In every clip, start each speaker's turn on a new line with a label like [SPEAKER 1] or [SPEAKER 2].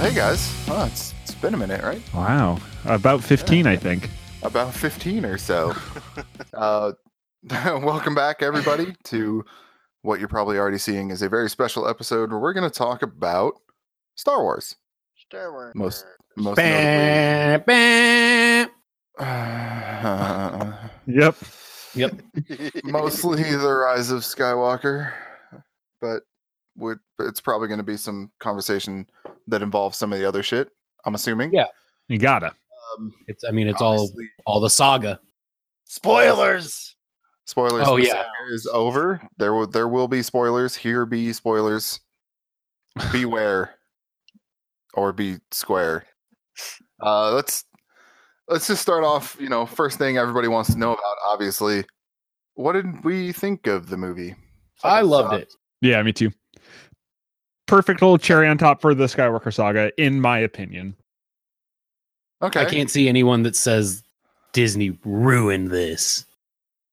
[SPEAKER 1] hey guys. Oh, it's, it's been a minute, right?
[SPEAKER 2] Wow. About 15, I think.
[SPEAKER 1] About 15 or so. uh, welcome back, everybody, to what you're probably already seeing is a very special episode where we're going to talk about Star Wars.
[SPEAKER 3] Star Wars.
[SPEAKER 1] Most- Most notably.
[SPEAKER 4] Bam, bam.
[SPEAKER 1] Uh,
[SPEAKER 2] Yep.
[SPEAKER 4] Yep.
[SPEAKER 1] mostly the rise of Skywalker, but with, it's probably going to be some conversation that involves some of the other shit. I'm assuming.
[SPEAKER 4] Yeah,
[SPEAKER 2] You gotta.
[SPEAKER 1] Um,
[SPEAKER 4] It's. I mean, it's all
[SPEAKER 1] obviously,
[SPEAKER 4] all the saga.
[SPEAKER 3] Spoilers.
[SPEAKER 1] spoilers.
[SPEAKER 4] Oh,
[SPEAKER 1] for the
[SPEAKER 4] yeah.
[SPEAKER 1] saga Is over. There will there will be spoilers. Here be spoilers. Beware, or be square. Uh, let's let's just start off. You know, first thing everybody wants to know about, obviously. What did we think of the movie?
[SPEAKER 4] I loved it.
[SPEAKER 2] Yeah, me too. Perfect little cherry on top for the Skywalker saga, in my opinion.
[SPEAKER 1] Okay.
[SPEAKER 4] I can't see anyone that says Disney ruined this.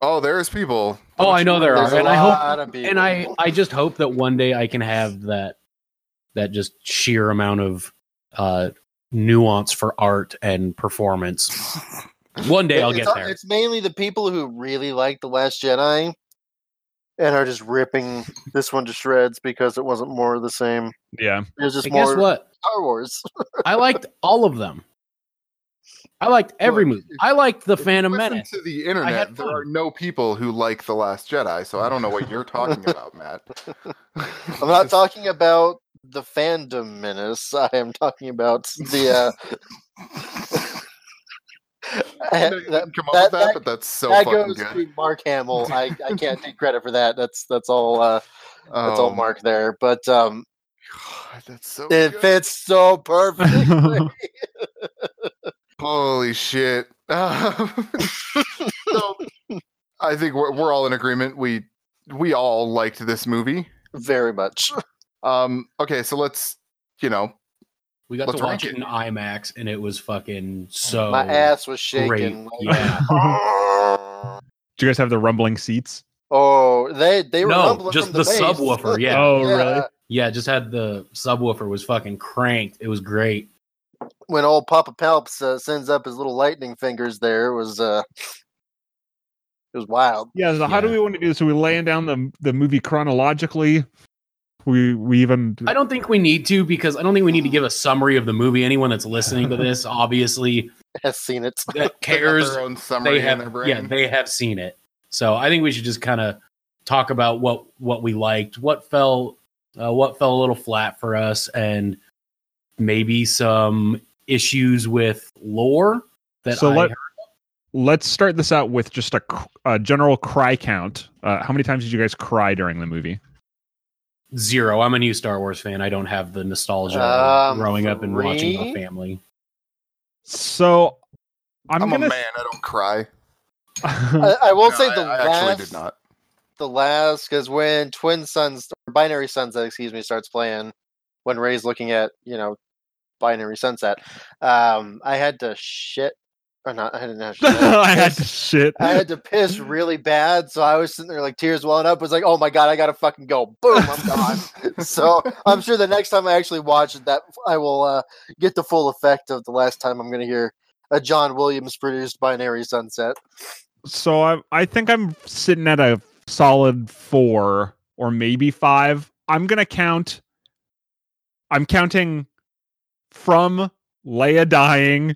[SPEAKER 1] Oh, there's people.
[SPEAKER 4] Oh, I know there
[SPEAKER 1] There's
[SPEAKER 4] are,
[SPEAKER 1] a
[SPEAKER 4] and I hope-
[SPEAKER 3] lot of people.
[SPEAKER 4] And I I just hope that one day I can have that that just sheer amount of uh nuance for art and performance. One day I'll
[SPEAKER 3] It's-
[SPEAKER 4] get
[SPEAKER 3] it's-
[SPEAKER 4] there.
[SPEAKER 3] It's mainly the people who really like The Last Jedi and are just ripping this one to shreds because it wasn't more of the same.
[SPEAKER 2] Yeah.
[SPEAKER 3] It was just
[SPEAKER 4] And
[SPEAKER 3] more
[SPEAKER 4] guess what?
[SPEAKER 3] Star Wars.
[SPEAKER 4] I liked all of them. I liked every
[SPEAKER 1] Look,
[SPEAKER 4] movie. I liked the
[SPEAKER 1] If you
[SPEAKER 4] Phantom
[SPEAKER 1] listen
[SPEAKER 4] Menace.
[SPEAKER 1] To the internet,
[SPEAKER 4] had
[SPEAKER 1] there
[SPEAKER 4] fun.
[SPEAKER 1] are no people who like The Last Jedi, so I don't know what you're talking about, Matt.
[SPEAKER 3] I'm not talking about the fandom menace. I am talking about the. Uh,
[SPEAKER 1] I know you
[SPEAKER 3] that-
[SPEAKER 1] didn't come up
[SPEAKER 3] that-
[SPEAKER 1] with that,
[SPEAKER 3] that-
[SPEAKER 1] but that's so
[SPEAKER 3] that
[SPEAKER 1] fucking
[SPEAKER 3] goes
[SPEAKER 1] good.
[SPEAKER 3] to Mark Hamill. I, I can't take credit for that. That's that's all. Uh, that's all
[SPEAKER 1] Oh,
[SPEAKER 3] Mark there. But um,
[SPEAKER 1] God, that's so
[SPEAKER 3] it
[SPEAKER 1] good.
[SPEAKER 3] fits so perfectly.
[SPEAKER 1] Holy shit. Um, so, I think we're, we're all in agreement. We we all liked this movie.
[SPEAKER 3] Very much.
[SPEAKER 1] Um, okay, so let's you know
[SPEAKER 4] We got
[SPEAKER 1] Let's
[SPEAKER 4] to watch
[SPEAKER 1] rank
[SPEAKER 4] it in IMAX, and it was fucking so.
[SPEAKER 3] My ass was
[SPEAKER 4] Oh, great.
[SPEAKER 3] shaking. like-
[SPEAKER 4] Yeah.
[SPEAKER 2] Do you guys have the rumbling seats?
[SPEAKER 3] Oh, they they were
[SPEAKER 4] no,
[SPEAKER 3] rumbling
[SPEAKER 4] just
[SPEAKER 3] from
[SPEAKER 4] the,
[SPEAKER 3] bass.
[SPEAKER 4] subwoofer. Yeah.
[SPEAKER 2] Oh,
[SPEAKER 3] Yeah,
[SPEAKER 2] really?
[SPEAKER 4] Yeah, just had the subwoofer was fucking cranked. It was great.
[SPEAKER 3] When old Papa Pelps uh, sends up his little lightning fingers, there it was uh, it was wild.
[SPEAKER 2] Yeah. So how do
[SPEAKER 4] Yeah.
[SPEAKER 2] we want to do this? Are we laying down the the movie chronologically? We we even
[SPEAKER 4] I don't think we need to because I don't think we need to give a summary of the movie. Anyone that's listening to this, obviously,
[SPEAKER 3] Has seen it.
[SPEAKER 4] that
[SPEAKER 1] they got
[SPEAKER 4] cares.
[SPEAKER 1] their own summary
[SPEAKER 4] they
[SPEAKER 1] in their
[SPEAKER 4] have,
[SPEAKER 1] brain.
[SPEAKER 4] yeah, they have seen it. So I think we should just kind of talk about what what we liked, what fell, uh, what fell a little flat for us, and maybe some issues with lore. That
[SPEAKER 2] So
[SPEAKER 4] I
[SPEAKER 2] let-
[SPEAKER 4] heard.
[SPEAKER 2] let's start this out with just a, cr- a general cry count. Uh, how many times did you guys cry during the movie?
[SPEAKER 4] zero. I'm a new Star Wars fan. I don't have the nostalgia
[SPEAKER 3] Um,
[SPEAKER 4] of growing up and watching
[SPEAKER 3] three?
[SPEAKER 4] my family.
[SPEAKER 2] So I'm,
[SPEAKER 1] I'm, a
[SPEAKER 2] gonna
[SPEAKER 1] man. I don't cry.
[SPEAKER 4] Hmm.
[SPEAKER 3] I, I will
[SPEAKER 1] No,
[SPEAKER 3] say the
[SPEAKER 1] I, I
[SPEAKER 3] last
[SPEAKER 1] actually did not.
[SPEAKER 3] the last because when twin sons binary sunset excuse me starts playing when ray's looking at you know binary sunset um i had to shit or not i didn't have shit,
[SPEAKER 2] I had to
[SPEAKER 3] piss-
[SPEAKER 2] shit.
[SPEAKER 3] I had to piss really bad, so I was sitting there like tears welling up. Was like, "Oh my god, I gotta fucking go!" Boom, I'm gone. so I'm sure the next time I actually watch it, that I will uh, get the full effect of the last time I'm gonna hear a John Williams produced binary sunset.
[SPEAKER 2] so I I think I'm sitting at a solid four or maybe five. I'm gonna count. I'm counting from Leia dying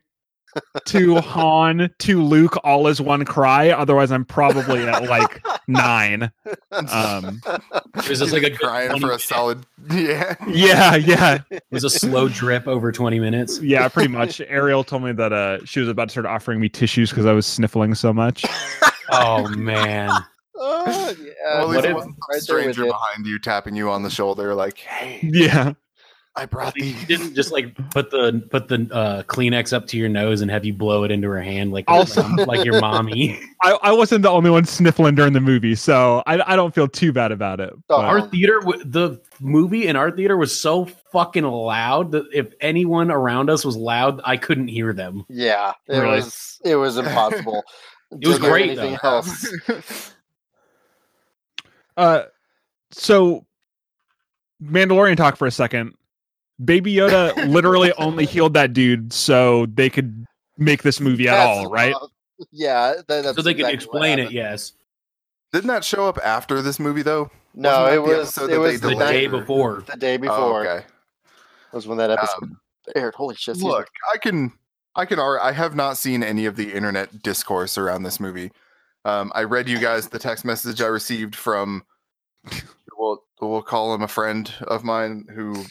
[SPEAKER 2] to Han to Luke all as one cry. Otherwise, I'm probably at like nine. Um,
[SPEAKER 4] Is this like a good
[SPEAKER 1] crying
[SPEAKER 4] 20
[SPEAKER 1] for a
[SPEAKER 4] minute?
[SPEAKER 1] solid? Yeah.
[SPEAKER 2] yeah, yeah,
[SPEAKER 4] It was a slow drip over 20 minutes.
[SPEAKER 2] yeah. Pretty much. Ariel told me that uh, she was about to start offering me tissues because I was sniffling so much.
[SPEAKER 4] Oh man.
[SPEAKER 3] Oh, yeah,
[SPEAKER 1] well, at least
[SPEAKER 4] what
[SPEAKER 1] it
[SPEAKER 4] if-
[SPEAKER 1] wasn't some
[SPEAKER 3] right there with
[SPEAKER 1] stranger
[SPEAKER 3] it.
[SPEAKER 1] behind you tapping you on the shoulder, like, "Hey,
[SPEAKER 2] Yeah.
[SPEAKER 1] I brought
[SPEAKER 4] Like,
[SPEAKER 1] these."
[SPEAKER 4] She didn't just like put the put the uh, Kleenex up to your nose and have you blow it into her hand like your
[SPEAKER 2] Also-
[SPEAKER 4] mom- like your mommy.
[SPEAKER 2] I, I wasn't the only one sniffling during the movie, so I, I don't feel too bad about it.
[SPEAKER 3] Oh,
[SPEAKER 2] but-
[SPEAKER 4] our theater, w- the movie in our theater was so fucking loud that if anyone around us was loud, I couldn't hear them.
[SPEAKER 3] Yeah, it
[SPEAKER 2] Really?
[SPEAKER 3] was it was impossible.
[SPEAKER 4] It was
[SPEAKER 3] to hear
[SPEAKER 4] great,
[SPEAKER 3] Anything
[SPEAKER 4] though.
[SPEAKER 3] else?
[SPEAKER 2] uh, so Mandalorian talk for a second. Baby Yoda literally only healed that dude so they could make this movie at all, right?
[SPEAKER 3] yeah, that, that's
[SPEAKER 4] so they
[SPEAKER 3] exactly
[SPEAKER 4] can
[SPEAKER 3] what
[SPEAKER 4] explain it.
[SPEAKER 3] happened.
[SPEAKER 4] Yes,
[SPEAKER 1] Didn't that show up after this movie though?
[SPEAKER 3] No,
[SPEAKER 1] Wasn't
[SPEAKER 3] it
[SPEAKER 1] that the
[SPEAKER 3] was
[SPEAKER 1] episode
[SPEAKER 3] it
[SPEAKER 1] that
[SPEAKER 3] was
[SPEAKER 1] they
[SPEAKER 4] the
[SPEAKER 3] the
[SPEAKER 1] delayed?
[SPEAKER 4] day
[SPEAKER 3] night,
[SPEAKER 1] later.
[SPEAKER 4] before.
[SPEAKER 3] the day before
[SPEAKER 1] Oh, okay. Um,
[SPEAKER 3] was when that episode aired. Holy shit! excuse me.
[SPEAKER 1] Look, I can, I can, alre- I have not seen any of the internet discourse around this movie. Um, I read you guys the text message I received from, we'll, we'll call him a friend of mine who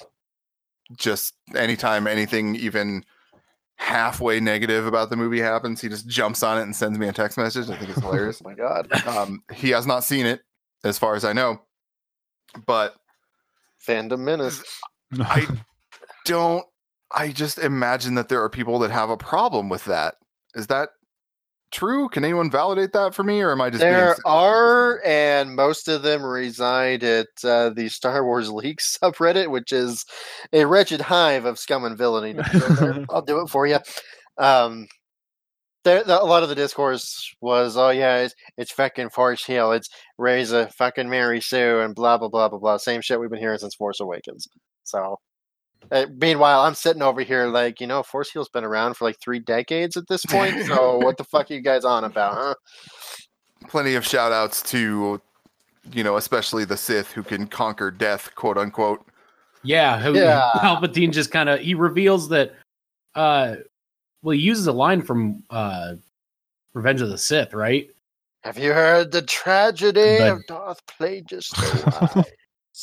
[SPEAKER 1] just anytime anything even halfway negative about the movie happens, he just jumps on it and sends me a text message. I think it's hilarious.
[SPEAKER 3] oh my god,
[SPEAKER 1] um, he has not seen it as far as I know, but
[SPEAKER 3] fandom menace.
[SPEAKER 1] I don't. I just imagine that there are people that have a problem with that. Is that true? Can anyone validate that for me, or am I just? being
[SPEAKER 3] There
[SPEAKER 1] silly?
[SPEAKER 3] are, and most of them reside at uh, the Star Wars League subreddit, which is a wretched hive of scum and villainy. Don't go there. I'll do it for you. Um, there, the, a lot of the discourse was, "Oh yeah, it's, it's fucking Force Hill, it's Reza fucking Mary Sue, and blah blah blah blah blah." Same shit we've been hearing since Force Awakens. So, uh, meanwhile, I'm sitting over here like, you know, Force Hill's been around for like three decades at this point. So, what the fuck are you guys on about, huh?
[SPEAKER 1] plenty of shout outs to, you know, especially the Sith who can conquer death, quote unquote.
[SPEAKER 4] Yeah, who,
[SPEAKER 3] Yeah.
[SPEAKER 4] Palpatine just kind of he reveals that. uh Well, he uses a line from uh Revenge of the Sith, right?
[SPEAKER 3] Have you heard the tragedy
[SPEAKER 4] But-
[SPEAKER 3] of Darth Plagueis the Wise?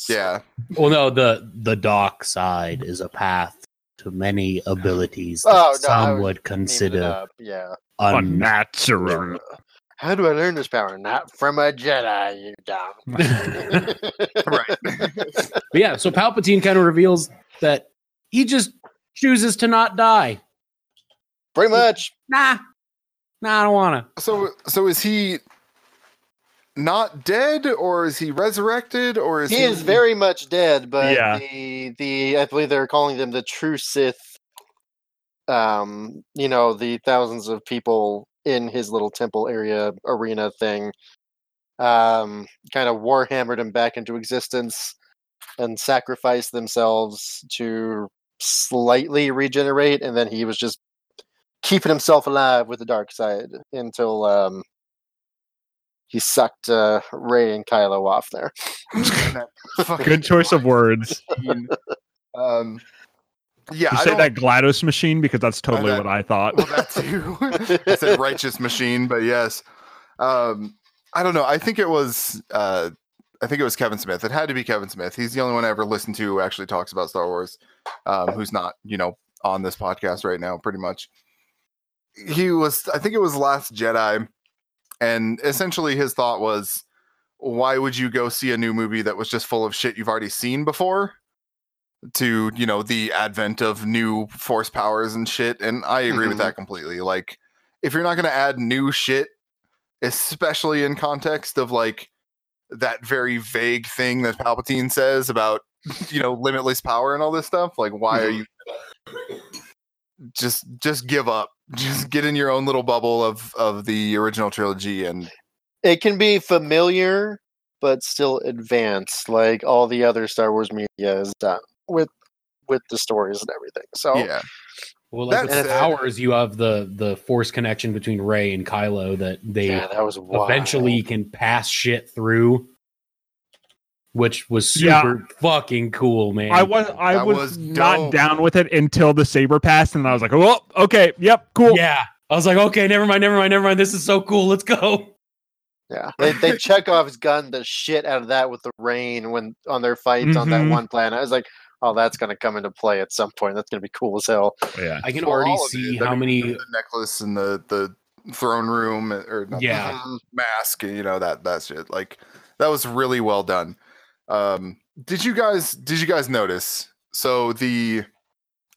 [SPEAKER 1] Yeah,
[SPEAKER 4] Well, no the the dark side is a path to many abilities
[SPEAKER 3] Oh, no, I was Name it up, uh, yeah.
[SPEAKER 2] Unnatural.
[SPEAKER 3] How do I learn this power? Not from a Jedi, you dumb.
[SPEAKER 1] right.
[SPEAKER 4] But yeah, so Palpatine kind of reveals that he just chooses to not die.
[SPEAKER 3] Pretty much.
[SPEAKER 4] Nah, nah, I don't want
[SPEAKER 1] So, so is he not dead, or is he resurrected, or is
[SPEAKER 3] He is very much dead, but
[SPEAKER 2] Yeah.
[SPEAKER 3] the the I believe they're calling them the true Sith. Um, you know, the thousands of people in his little temple area arena thing um kind of warhammered him back into existence and sacrificed themselves to slightly regenerate and then he was just keeping himself alive with the dark side until um he sucked uh, Ray and Kylo off there.
[SPEAKER 2] Good choice of words.
[SPEAKER 1] Um, yeah,
[SPEAKER 2] You
[SPEAKER 1] I
[SPEAKER 2] say
[SPEAKER 1] don't-
[SPEAKER 2] that GLaDOS machine because that's totally
[SPEAKER 1] that-
[SPEAKER 2] what I thought.
[SPEAKER 1] well, that too. I said righteous machine, but yes. Um, I don't know. I think it was. Uh, I think it was Kevin Smith. It had to be Kevin Smith. He's the only one I ever listened to who actually talks about Star Wars, um, who's not, you know, on this podcast right now, pretty much. He was. I think it was Last Jedi, and essentially his thought was, why would you go see a new movie that was just full of shit you've already seen before? to you know the advent of new force powers and shit and i agree with
[SPEAKER 3] Mhm.
[SPEAKER 1] that completely like if you're not going to add new shit especially in context of like that very vague thing that palpatine says about you know limitless power and all this stuff like why are you just just give up just get in your own little bubble of of the original trilogy and
[SPEAKER 3] it can be familiar but still advanced like all the other star wars media has done with with the stories and everything so
[SPEAKER 1] yeah
[SPEAKER 4] to. Well, like
[SPEAKER 1] That
[SPEAKER 4] with
[SPEAKER 1] said-
[SPEAKER 4] powers, you have the the force connection between Ray and Kylo that they
[SPEAKER 3] yeah, that was wild.
[SPEAKER 4] eventually can pass shit through, which was
[SPEAKER 2] Yeah.
[SPEAKER 4] super fucking cool, man.
[SPEAKER 2] I was I
[SPEAKER 1] That
[SPEAKER 2] was,
[SPEAKER 1] was
[SPEAKER 2] not
[SPEAKER 1] dope.
[SPEAKER 2] down with it until the saber passed, and I was like, "Oh, okay, yep, cool."
[SPEAKER 4] yeah. I was like, okay, never mind, never mind, never mind. This is so cool. Let's go.
[SPEAKER 3] yeah they, they chekhov's gun the shit out of that with the rain when on their fights on that
[SPEAKER 2] Mhm.
[SPEAKER 3] one planet i was like oh that's going to come into play at some point that's going to be cool as hell
[SPEAKER 2] yeah.
[SPEAKER 4] I can
[SPEAKER 1] Well,
[SPEAKER 4] already
[SPEAKER 1] all of it.
[SPEAKER 4] see
[SPEAKER 1] I
[SPEAKER 4] how
[SPEAKER 1] mean,
[SPEAKER 4] many.
[SPEAKER 1] the necklace and the the throne room or not the
[SPEAKER 4] Yeah.
[SPEAKER 3] Mhm.
[SPEAKER 1] mask and you know that that shit like that was really well done um did you guys did you guys notice so the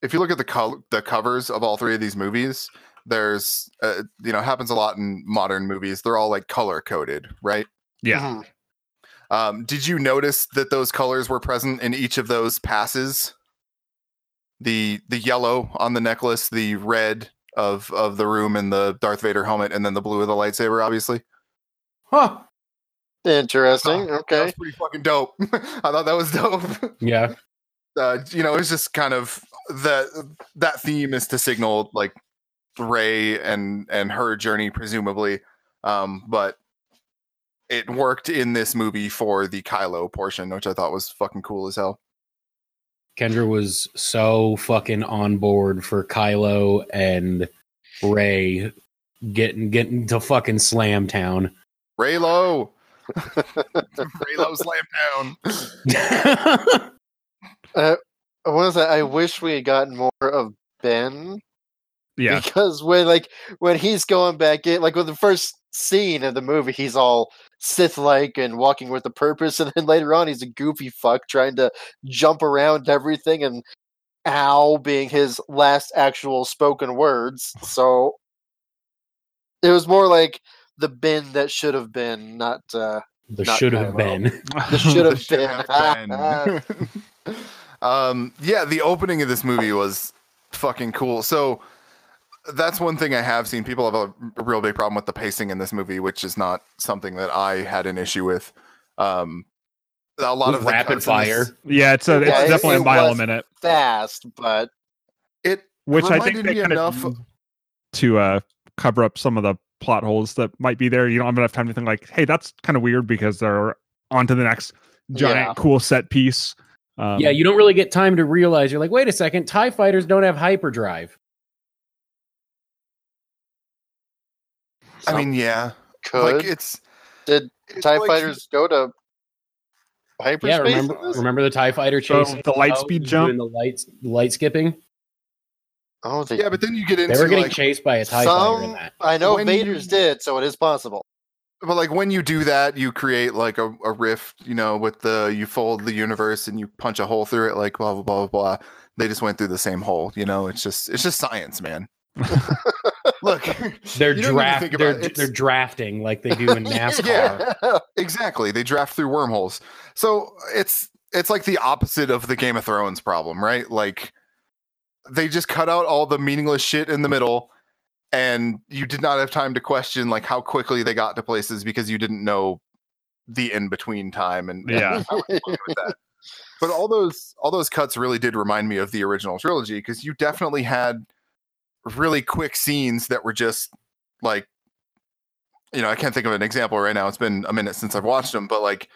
[SPEAKER 1] if you look at the col the covers of all three of these movies there's uh, you know happens a lot in modern movies they're all like color coded right
[SPEAKER 2] Yeah.
[SPEAKER 3] Mhm.
[SPEAKER 1] um did you notice that those colors were present in each of those passes the the yellow on the necklace the red of of the room and the Darth Vader helmet and then the blue of the lightsaber obviously
[SPEAKER 4] Huh.
[SPEAKER 3] interesting
[SPEAKER 1] That was
[SPEAKER 3] okay
[SPEAKER 1] pretty fucking dope. I thought that was dope.
[SPEAKER 4] Yeah.
[SPEAKER 1] uh, you know, it's just kind of the that theme is to signal like Ray and and her journey, presumably. Um, but it worked in this movie for the Kylo portion, which I thought was fucking cool as hell.
[SPEAKER 4] Kendra was so fucking on board for Kylo and Ray getting getting to fucking slam town.
[SPEAKER 1] Raylo, Raylo slam down.
[SPEAKER 3] What was that? I wish we had gotten more of Ben
[SPEAKER 2] Yeah.
[SPEAKER 3] because when like when he's going back in, like with the first scene of the movie, he's all Sith like and walking with a purpose, and then later on, he's a goofy fuck trying to jump around everything, and "ow" being his last actual spoken words. So it was more like the Ben that should have been, not uh,
[SPEAKER 4] the
[SPEAKER 3] Not
[SPEAKER 4] should have
[SPEAKER 3] Kylo.
[SPEAKER 4] been.
[SPEAKER 3] the should have
[SPEAKER 1] should
[SPEAKER 3] been.
[SPEAKER 1] have been. um, yeah, the opening of this movie was fucking cool. So that's one thing I have seen. People have a real big problem with the pacing in this movie, which is not something that I had an issue with. Um, a lot of the
[SPEAKER 4] rapid
[SPEAKER 1] cuts in this-
[SPEAKER 4] fire.
[SPEAKER 2] Yeah, it's a, it's
[SPEAKER 3] Yeah, it-
[SPEAKER 2] definitely
[SPEAKER 3] it
[SPEAKER 2] a mile a
[SPEAKER 3] was-
[SPEAKER 2] minute,
[SPEAKER 3] fast, but
[SPEAKER 1] It
[SPEAKER 2] which I think
[SPEAKER 1] reminded
[SPEAKER 2] they
[SPEAKER 1] me
[SPEAKER 2] kind
[SPEAKER 1] enough-
[SPEAKER 2] of to uh, cover up some of the plot holes that might be there. You don't have enough time to think like, hey, that's kind of weird because they're on to the next giant
[SPEAKER 3] Yeah.
[SPEAKER 2] cool set piece. Um,
[SPEAKER 4] yeah, you don't really get time to realize. You're like, wait a second, Tie fighters don't have hyperdrive.
[SPEAKER 1] I mean, yeah,
[SPEAKER 3] could
[SPEAKER 1] like it's
[SPEAKER 3] did
[SPEAKER 1] it's
[SPEAKER 3] Tie
[SPEAKER 1] like-
[SPEAKER 3] Fighters go to hyperspace?
[SPEAKER 4] yeah,
[SPEAKER 3] in
[SPEAKER 4] remember
[SPEAKER 3] this?
[SPEAKER 4] remember the Tie fighter
[SPEAKER 2] So,
[SPEAKER 4] chase?
[SPEAKER 2] the light
[SPEAKER 4] Oh,
[SPEAKER 2] speed
[SPEAKER 4] doing
[SPEAKER 2] jump?
[SPEAKER 4] the lights light skipping.
[SPEAKER 3] Oh, they,
[SPEAKER 1] Yeah, but then you get into
[SPEAKER 4] They were getting
[SPEAKER 1] like,
[SPEAKER 4] chased by a Tie fighter in
[SPEAKER 3] some.
[SPEAKER 4] that.
[SPEAKER 3] I know
[SPEAKER 1] When
[SPEAKER 3] Vader's
[SPEAKER 1] you-
[SPEAKER 3] did, so it is possible.
[SPEAKER 1] but like when you do that, you create like a, a rift, you know, with the you fold the universe and you punch a hole through it, like blah blah blah blah blah. They just went through the same hole, you know. It's just it's just science, man. Look,
[SPEAKER 4] They're
[SPEAKER 1] you don't even
[SPEAKER 4] draft.
[SPEAKER 1] think about
[SPEAKER 4] They're
[SPEAKER 1] it. It's-
[SPEAKER 4] they're drafting like they do in NASCAR.
[SPEAKER 1] exactly. They draft through wormholes, so it's it's like the opposite of the Game of Thrones problem, right? Like they just cut out all the meaningless shit in the middle, and you did not have time to question like how quickly they got to places because you didn't know the in between time and and
[SPEAKER 2] Yeah.
[SPEAKER 1] but all those all those cuts really did remind me of the original trilogy because you definitely had really quick scenes that were just like you know i can't think of an example right now it's been a minute since i've watched them but like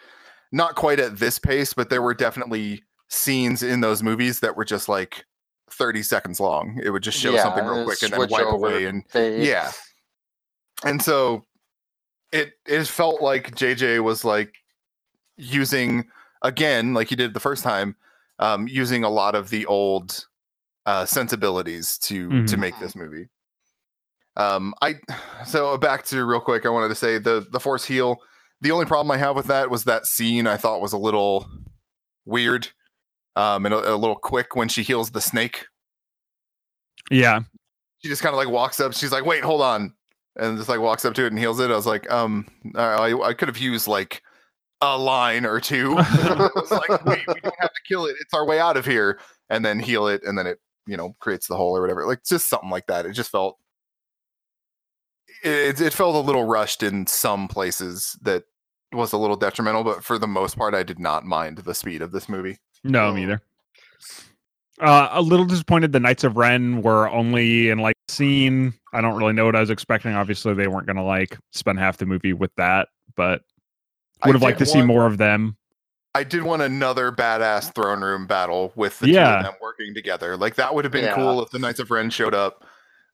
[SPEAKER 1] not quite at this pace but there were definitely scenes in those movies that were just like 30 seconds long it would just show
[SPEAKER 3] Yeah,
[SPEAKER 1] something real
[SPEAKER 3] and
[SPEAKER 1] quick and then
[SPEAKER 3] switch
[SPEAKER 1] wipe
[SPEAKER 3] over.
[SPEAKER 1] away and
[SPEAKER 3] They-
[SPEAKER 1] yeah. And so it it felt like JJ was like using again, like he did the first time, um, using a lot of the old uh sensibilities to to
[SPEAKER 2] Mhm.
[SPEAKER 1] make this movie. Um I so back to real quick, I wanted to say the the force heal. The only problem I have with that was that scene I thought was a little weird. Um, and a, a little quick when she heals the snake
[SPEAKER 2] yeah,
[SPEAKER 1] she just kind of like walks up. She's like, "Wait, hold on," and just like walks up to it and heals it. I was like, "Um, I, I could have used like a line or two. it was like, "Wait, we don't have to kill it. It's our way out of here." And then heal it, and then it you know creates the hole or whatever. Like just something like that. It just felt it it felt a little rushed in some places that was a little detrimental. But for the most part, I did not mind the speed of this movie.
[SPEAKER 2] no,
[SPEAKER 1] Mm.
[SPEAKER 2] me either. Uh, a little disappointed. The Knights of Ren were only in like scene. I don't really know what I was expecting. Obviously, they weren't going to like spend half the movie with that, but
[SPEAKER 1] I
[SPEAKER 2] would have
[SPEAKER 1] did
[SPEAKER 2] liked to see
[SPEAKER 1] want-
[SPEAKER 2] more of them.
[SPEAKER 1] I did want another badass throne room battle with the two
[SPEAKER 2] Yeah.
[SPEAKER 1] of them working together. Like that would have been
[SPEAKER 3] Yeah.
[SPEAKER 1] cool if the Knights of Ren showed up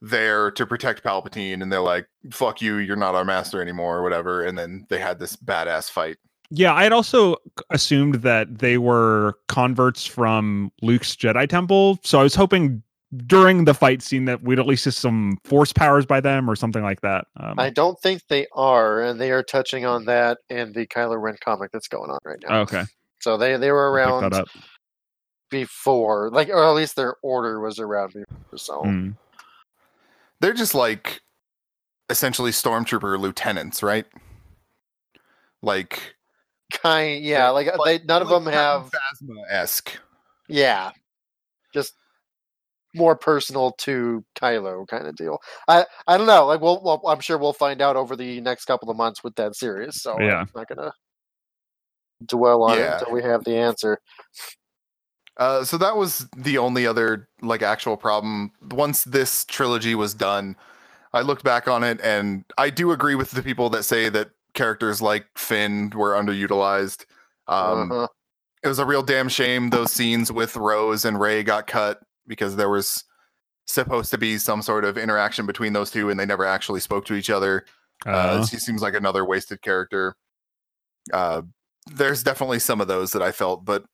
[SPEAKER 1] there to protect Palpatine and they're like, fuck you, you're not our master anymore or whatever. And then they had this badass fight.
[SPEAKER 2] Yeah, I had also c- assumed that they were converts from Luke's Jedi Temple. So I was hoping during the fight scene that we'd at least see some force powers by them or something like that. Um,
[SPEAKER 3] I don't think they are, and they are touching on that in the Kylo Ren comic that's going on right now.
[SPEAKER 2] oh, okay.
[SPEAKER 3] So they they were
[SPEAKER 2] I'll Pick
[SPEAKER 3] around
[SPEAKER 2] that up.
[SPEAKER 3] before, like, or at least their order was around before. So
[SPEAKER 2] Mm.
[SPEAKER 1] They're just like essentially stormtrooper lieutenants, right? Like
[SPEAKER 3] kind, yeah, like uh, they none of them have,
[SPEAKER 1] Phasma esque.
[SPEAKER 3] yeah, just more personal to Kylo kind of deal. I I don't know. Like, we'll, well, I'm sure we'll find out over the next couple of months with that series. So
[SPEAKER 2] Yeah.
[SPEAKER 3] I'm not gonna dwell on
[SPEAKER 1] Yeah.
[SPEAKER 3] it until we have the answer.
[SPEAKER 1] Uh, so that was the only other like actual problem. Once this trilogy was done, I looked back on it, and I do agree with the people that say that characters like Finn were underutilized. Um,
[SPEAKER 3] Uh-huh.
[SPEAKER 1] It was a real damn shame those scenes with Rose and Ray got cut because there was supposed to be some sort of interaction between those two, and they never actually spoke to each other. Uh,
[SPEAKER 2] Uh,
[SPEAKER 1] she seems like another wasted character. Uh, there's definitely some of those that I felt, but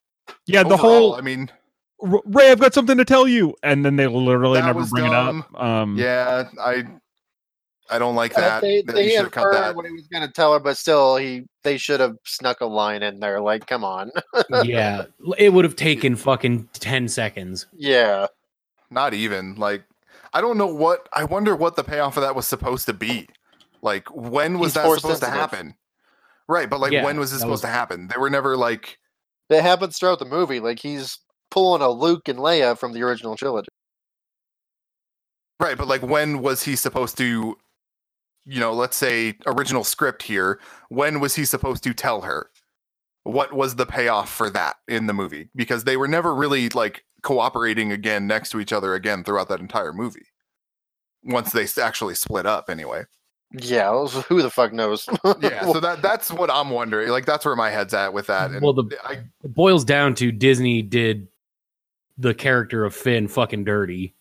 [SPEAKER 2] yeah, the
[SPEAKER 1] overall,
[SPEAKER 2] whole
[SPEAKER 1] I mean,
[SPEAKER 2] "R- Ray, I've got something to tell you, and then they literally
[SPEAKER 1] That
[SPEAKER 2] never
[SPEAKER 1] was
[SPEAKER 2] bring
[SPEAKER 1] dumb.
[SPEAKER 2] it up. Um,
[SPEAKER 1] yeah, I, I don't like
[SPEAKER 3] Uh,
[SPEAKER 1] that.
[SPEAKER 3] Mm. they
[SPEAKER 1] that
[SPEAKER 3] they
[SPEAKER 1] you should have cut
[SPEAKER 3] inferred
[SPEAKER 1] that.
[SPEAKER 3] what he was going to tell her, but still, he they should have snuck a line in there. Like, come on,
[SPEAKER 4] yeah, it would have taken fucking ten seconds.
[SPEAKER 3] yeah.
[SPEAKER 1] Not even like, I don't know what. I wonder what the payoff of that was supposed to be. Like, when was
[SPEAKER 3] He's
[SPEAKER 1] that
[SPEAKER 3] force
[SPEAKER 1] supposed to
[SPEAKER 3] sensitive.
[SPEAKER 1] happen? Right, but like,
[SPEAKER 4] Yeah,
[SPEAKER 1] when was this
[SPEAKER 4] that
[SPEAKER 1] supposed
[SPEAKER 4] was-
[SPEAKER 1] to happen? They were never like,
[SPEAKER 3] That happens throughout the movie. Like he's pulling a Luke and Leia from the original trilogy.
[SPEAKER 1] right, but like, when was he supposed to? You know, let's say original script here. When was he supposed to tell her? What was the payoff for that in the movie? Because they were never really like cooperating again next to each other again throughout that entire movie. Once they s- actually split up, anyway.
[SPEAKER 3] Yeah, well, who the fuck knows?
[SPEAKER 1] yeah so that that's what i'm wondering like that's where my head's at with that and
[SPEAKER 4] Well, the-
[SPEAKER 1] I,
[SPEAKER 4] It boils down to Disney did the character of Finn fucking dirty.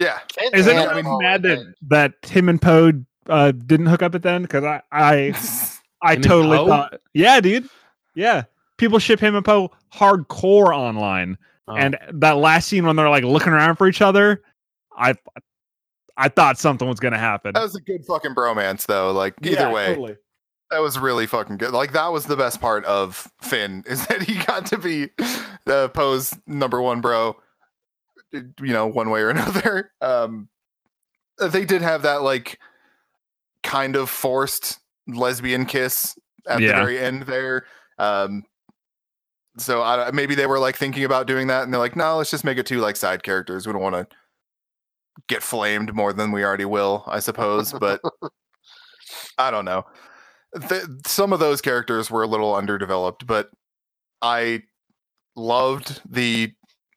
[SPEAKER 1] yeah
[SPEAKER 3] Finn
[SPEAKER 2] Is
[SPEAKER 1] Yeah,
[SPEAKER 3] had
[SPEAKER 1] I
[SPEAKER 2] anyone
[SPEAKER 3] all
[SPEAKER 2] mad that,
[SPEAKER 3] of it.
[SPEAKER 2] that Tim and Poe uh, didn't hook up at then? Because I, I, I
[SPEAKER 4] Him and
[SPEAKER 2] totally
[SPEAKER 4] Poe?
[SPEAKER 2] thought, yeah, dude, yeah. People ship him and Poe hardcore online,
[SPEAKER 4] Oh.
[SPEAKER 2] and that last scene when they're like looking around for each other, I, I thought something was gonna happen.
[SPEAKER 1] that was a good fucking bromance though like either
[SPEAKER 2] Yeah,
[SPEAKER 1] way
[SPEAKER 2] totally.
[SPEAKER 1] that was really fucking good like that was the best part of finn is that he got to be uh, poe's number one bro you know one way or another um they did have that like kind of forced lesbian kiss at the
[SPEAKER 2] Yeah.
[SPEAKER 1] very end there um so I, maybe they were like thinking about doing that and they're like no let's just make it two like side characters we don't want to get flamed more than we already will i suppose but i don't know Th some of those characters were a little underdeveloped but i loved the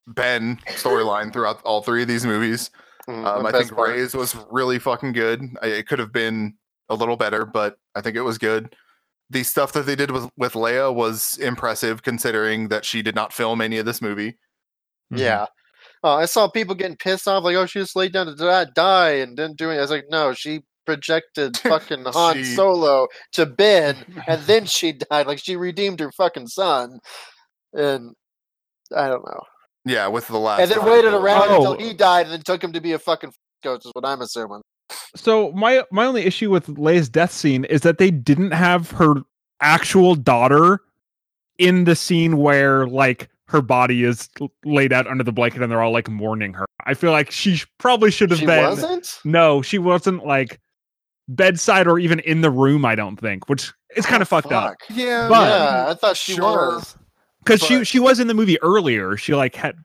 [SPEAKER 1] ben storyline throughout all three of these movies
[SPEAKER 3] Mm,
[SPEAKER 1] um,
[SPEAKER 3] the
[SPEAKER 1] I
[SPEAKER 3] best
[SPEAKER 1] think
[SPEAKER 3] part.
[SPEAKER 1] Ray's was really fucking good. I, it could have been a little better, but I think it was good. The stuff that they did with, with Leia was impressive, considering that she did not film any of this movie.
[SPEAKER 2] Mm-hmm.
[SPEAKER 3] Yeah. Oh, I saw people getting pissed off, like, oh, she just laid down to die, die and didn't do it. I was like, no, she projected fucking Han
[SPEAKER 1] She-
[SPEAKER 3] Solo to Ben, and then she died. Like, she redeemed her fucking son. And I don't know.
[SPEAKER 1] Yeah, with the last.
[SPEAKER 3] And then waited
[SPEAKER 1] article.
[SPEAKER 3] around
[SPEAKER 2] Oh.
[SPEAKER 3] until he died and then took him to be a fucking coach, is what I'm assuming.
[SPEAKER 2] So my my only issue with Leia's death scene is that they didn't have her actual daughter in the scene where like her body is l- laid out under the blanket and they're all like mourning her. I feel like she sh- probably should have
[SPEAKER 3] She
[SPEAKER 2] been.
[SPEAKER 3] wasn't?
[SPEAKER 2] No, she wasn't like bedside or even in the room. I don't think, which is kind
[SPEAKER 3] Oh,
[SPEAKER 2] of fucked up
[SPEAKER 3] fuck.
[SPEAKER 1] Yeah,
[SPEAKER 2] But-
[SPEAKER 3] yeah, I thought she
[SPEAKER 1] sure.
[SPEAKER 3] was.
[SPEAKER 2] because she
[SPEAKER 1] But-
[SPEAKER 2] she was in the movie earlier. She like had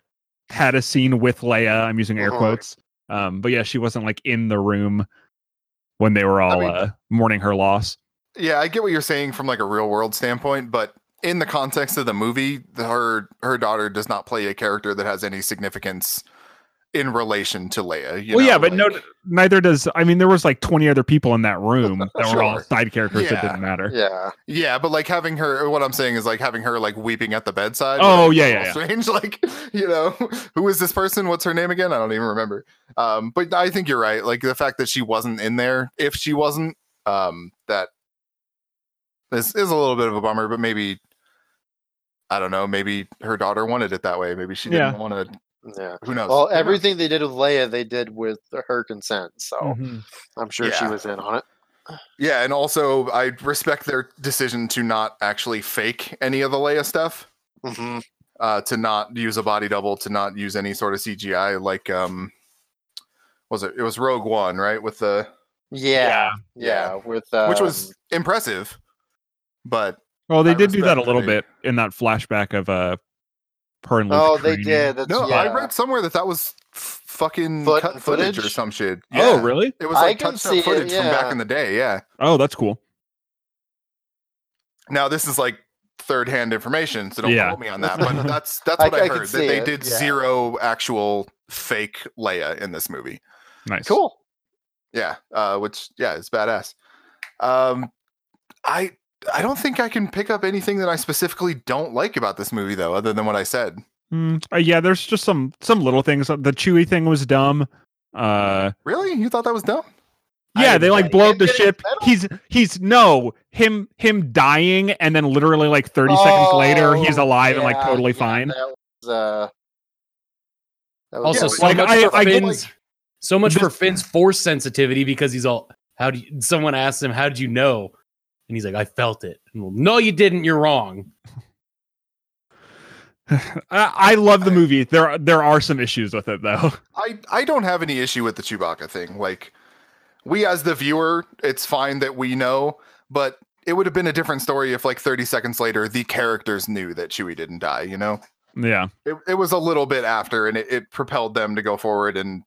[SPEAKER 2] had a scene with Leia. I'm using air
[SPEAKER 3] Uh-huh.
[SPEAKER 2] quotes. Um, but yeah, she wasn't like in the room when they were all
[SPEAKER 1] mean-
[SPEAKER 2] uh, mourning her loss.
[SPEAKER 1] yeah, I get what you're saying from like a real world standpoint, but in the context of the movie, the- her her daughter does not play a character that has any significance in relation to Leia. you
[SPEAKER 2] well, yeah,
[SPEAKER 1] know,
[SPEAKER 2] but
[SPEAKER 1] like-
[SPEAKER 2] no, neither does. I mean, there was like twenty other people in that room that were all
[SPEAKER 1] Sure.
[SPEAKER 2] side characters that
[SPEAKER 1] Yeah.
[SPEAKER 2] didn't matter.
[SPEAKER 3] Yeah.
[SPEAKER 1] Yeah, but like having her, what I'm saying is like having her like weeping at the bedside.
[SPEAKER 2] Oh,
[SPEAKER 1] like,
[SPEAKER 2] yeah,
[SPEAKER 1] is
[SPEAKER 2] yeah,
[SPEAKER 1] all
[SPEAKER 2] yeah.
[SPEAKER 1] Strange, like you know, who is this person? What's her name again? I don't even remember. Um, but I think you're right. Like the fact that she wasn't in there, if she wasn't, um, that this is a little bit of a bummer. But maybe I don't know. Maybe her daughter wanted it that way. Maybe she didn't
[SPEAKER 2] Yeah.
[SPEAKER 1] want to.
[SPEAKER 3] Yeah.
[SPEAKER 1] Who knows? Who
[SPEAKER 3] Well,
[SPEAKER 1] knows?
[SPEAKER 3] everything they did with Leia, they did with her consent. So I'm sure she
[SPEAKER 1] Yeah.
[SPEAKER 3] was in on it.
[SPEAKER 1] Yeah, and also I respect their decision to not actually fake any of the Leia stuff.
[SPEAKER 3] hmm
[SPEAKER 1] uh, to not use a body double, to not use any sort of CGI. Like, um, was it? It was Rogue One, right? With the
[SPEAKER 3] Yeah,
[SPEAKER 1] Yeah.
[SPEAKER 3] yeah, with um,
[SPEAKER 1] which was impressive, but
[SPEAKER 2] Well, they
[SPEAKER 1] I
[SPEAKER 2] did do that
[SPEAKER 1] respect
[SPEAKER 2] a little
[SPEAKER 1] that
[SPEAKER 2] bit in that flashback of uh, her and Luke.
[SPEAKER 3] oh, they
[SPEAKER 2] training.
[SPEAKER 3] did. That's,
[SPEAKER 1] no,
[SPEAKER 3] yeah.
[SPEAKER 1] I read somewhere that that was f- fucking
[SPEAKER 3] Foot-
[SPEAKER 1] cut footage? or
[SPEAKER 3] footage?
[SPEAKER 1] some shit.
[SPEAKER 2] Oh,
[SPEAKER 1] Yeah.
[SPEAKER 2] really?
[SPEAKER 1] It was
[SPEAKER 3] I
[SPEAKER 1] like
[SPEAKER 3] can
[SPEAKER 1] touched
[SPEAKER 3] see
[SPEAKER 1] up
[SPEAKER 3] it,
[SPEAKER 1] footage from
[SPEAKER 3] yeah.
[SPEAKER 1] back in the day. Yeah.
[SPEAKER 2] Oh, that's cool.
[SPEAKER 1] Now this is like third-hand information, so don't
[SPEAKER 2] Yeah.
[SPEAKER 1] quote me on that. But that's that's what
[SPEAKER 3] I-
[SPEAKER 1] I,
[SPEAKER 3] I can
[SPEAKER 1] heard that
[SPEAKER 3] see
[SPEAKER 1] they
[SPEAKER 3] it,
[SPEAKER 1] did
[SPEAKER 3] yeah.
[SPEAKER 1] zero actual fake Leia in this movie.
[SPEAKER 2] Nice.
[SPEAKER 3] Cool.
[SPEAKER 1] Yeah, uh, which yeah, it's badass. Um, I I don't think I can pick up anything that I specifically don't like about this movie though, other than what I said.
[SPEAKER 2] Mm, uh, yeah, there's just some some little things. The Chewy thing was dumb. Uh,
[SPEAKER 1] Really, you thought that was dumb?
[SPEAKER 4] I
[SPEAKER 2] yeah,
[SPEAKER 4] didn't
[SPEAKER 2] they
[SPEAKER 4] like
[SPEAKER 2] like blow up
[SPEAKER 3] it.
[SPEAKER 2] the
[SPEAKER 3] Did it
[SPEAKER 2] ship.
[SPEAKER 3] metal?
[SPEAKER 2] He's he's no him him dying, and then literally like 30
[SPEAKER 3] Oh,
[SPEAKER 2] seconds later, he's alive and like
[SPEAKER 3] yeah,
[SPEAKER 2] totally
[SPEAKER 3] yeah,
[SPEAKER 2] fine.
[SPEAKER 3] That was, uh, that was
[SPEAKER 4] Also,
[SPEAKER 1] Yeah,
[SPEAKER 4] so
[SPEAKER 2] like,
[SPEAKER 4] much
[SPEAKER 2] I-
[SPEAKER 4] for
[SPEAKER 2] I get-
[SPEAKER 4] Finn's, so much for
[SPEAKER 2] Just-
[SPEAKER 4] Finn's force sensitivity because he's all. How do you, someone asks him, "How did you know?" And he's like, "I felt it." And, well, no, you didn't. You're wrong.
[SPEAKER 2] I, I love the
[SPEAKER 1] I-
[SPEAKER 2] movie. There are- there are some issues with it though.
[SPEAKER 1] I I don't have any issue with the Chewbacca thing. Like we as the viewer, it's fine that we know, but it would have been a different story if like 30 seconds later the characters knew that Chewie didn't die, you know?
[SPEAKER 2] Yeah,
[SPEAKER 1] It it was a little bit after and it, it propelled them to go forward and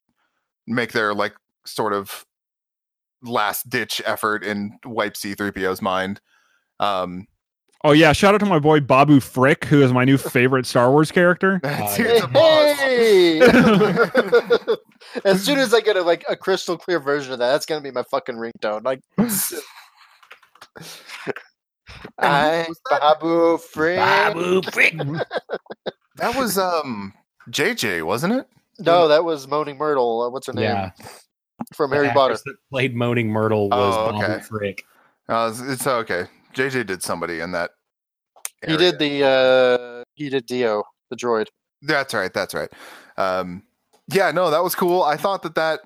[SPEAKER 1] make their like sort of last ditch effort and wipe C3PO's mind. Um
[SPEAKER 2] Oh yeah, shout out to my boy Babu Frick, who is my new favorite Star Wars character.
[SPEAKER 1] here's a pause.
[SPEAKER 3] Hey! as soon as I get a, like a crystal clear version of that, that's gonna be my fucking ringtone. Like, I Babu Frick.
[SPEAKER 1] That was um JJ, wasn't it?
[SPEAKER 3] No, that was Moaning Myrtle. Uh, what's her name
[SPEAKER 4] Yeah,
[SPEAKER 3] from
[SPEAKER 4] the
[SPEAKER 3] Harry Potter?
[SPEAKER 4] actress that played Moaning Myrtle was
[SPEAKER 1] Oh,
[SPEAKER 4] Babu
[SPEAKER 1] okay.
[SPEAKER 4] Frick.
[SPEAKER 1] Uh, it's, it's okay. JJ did somebody in that.
[SPEAKER 3] He did the uh, he did Dio, the droid.
[SPEAKER 1] That's right. That's right. Um, yeah, no, that was cool. I thought that that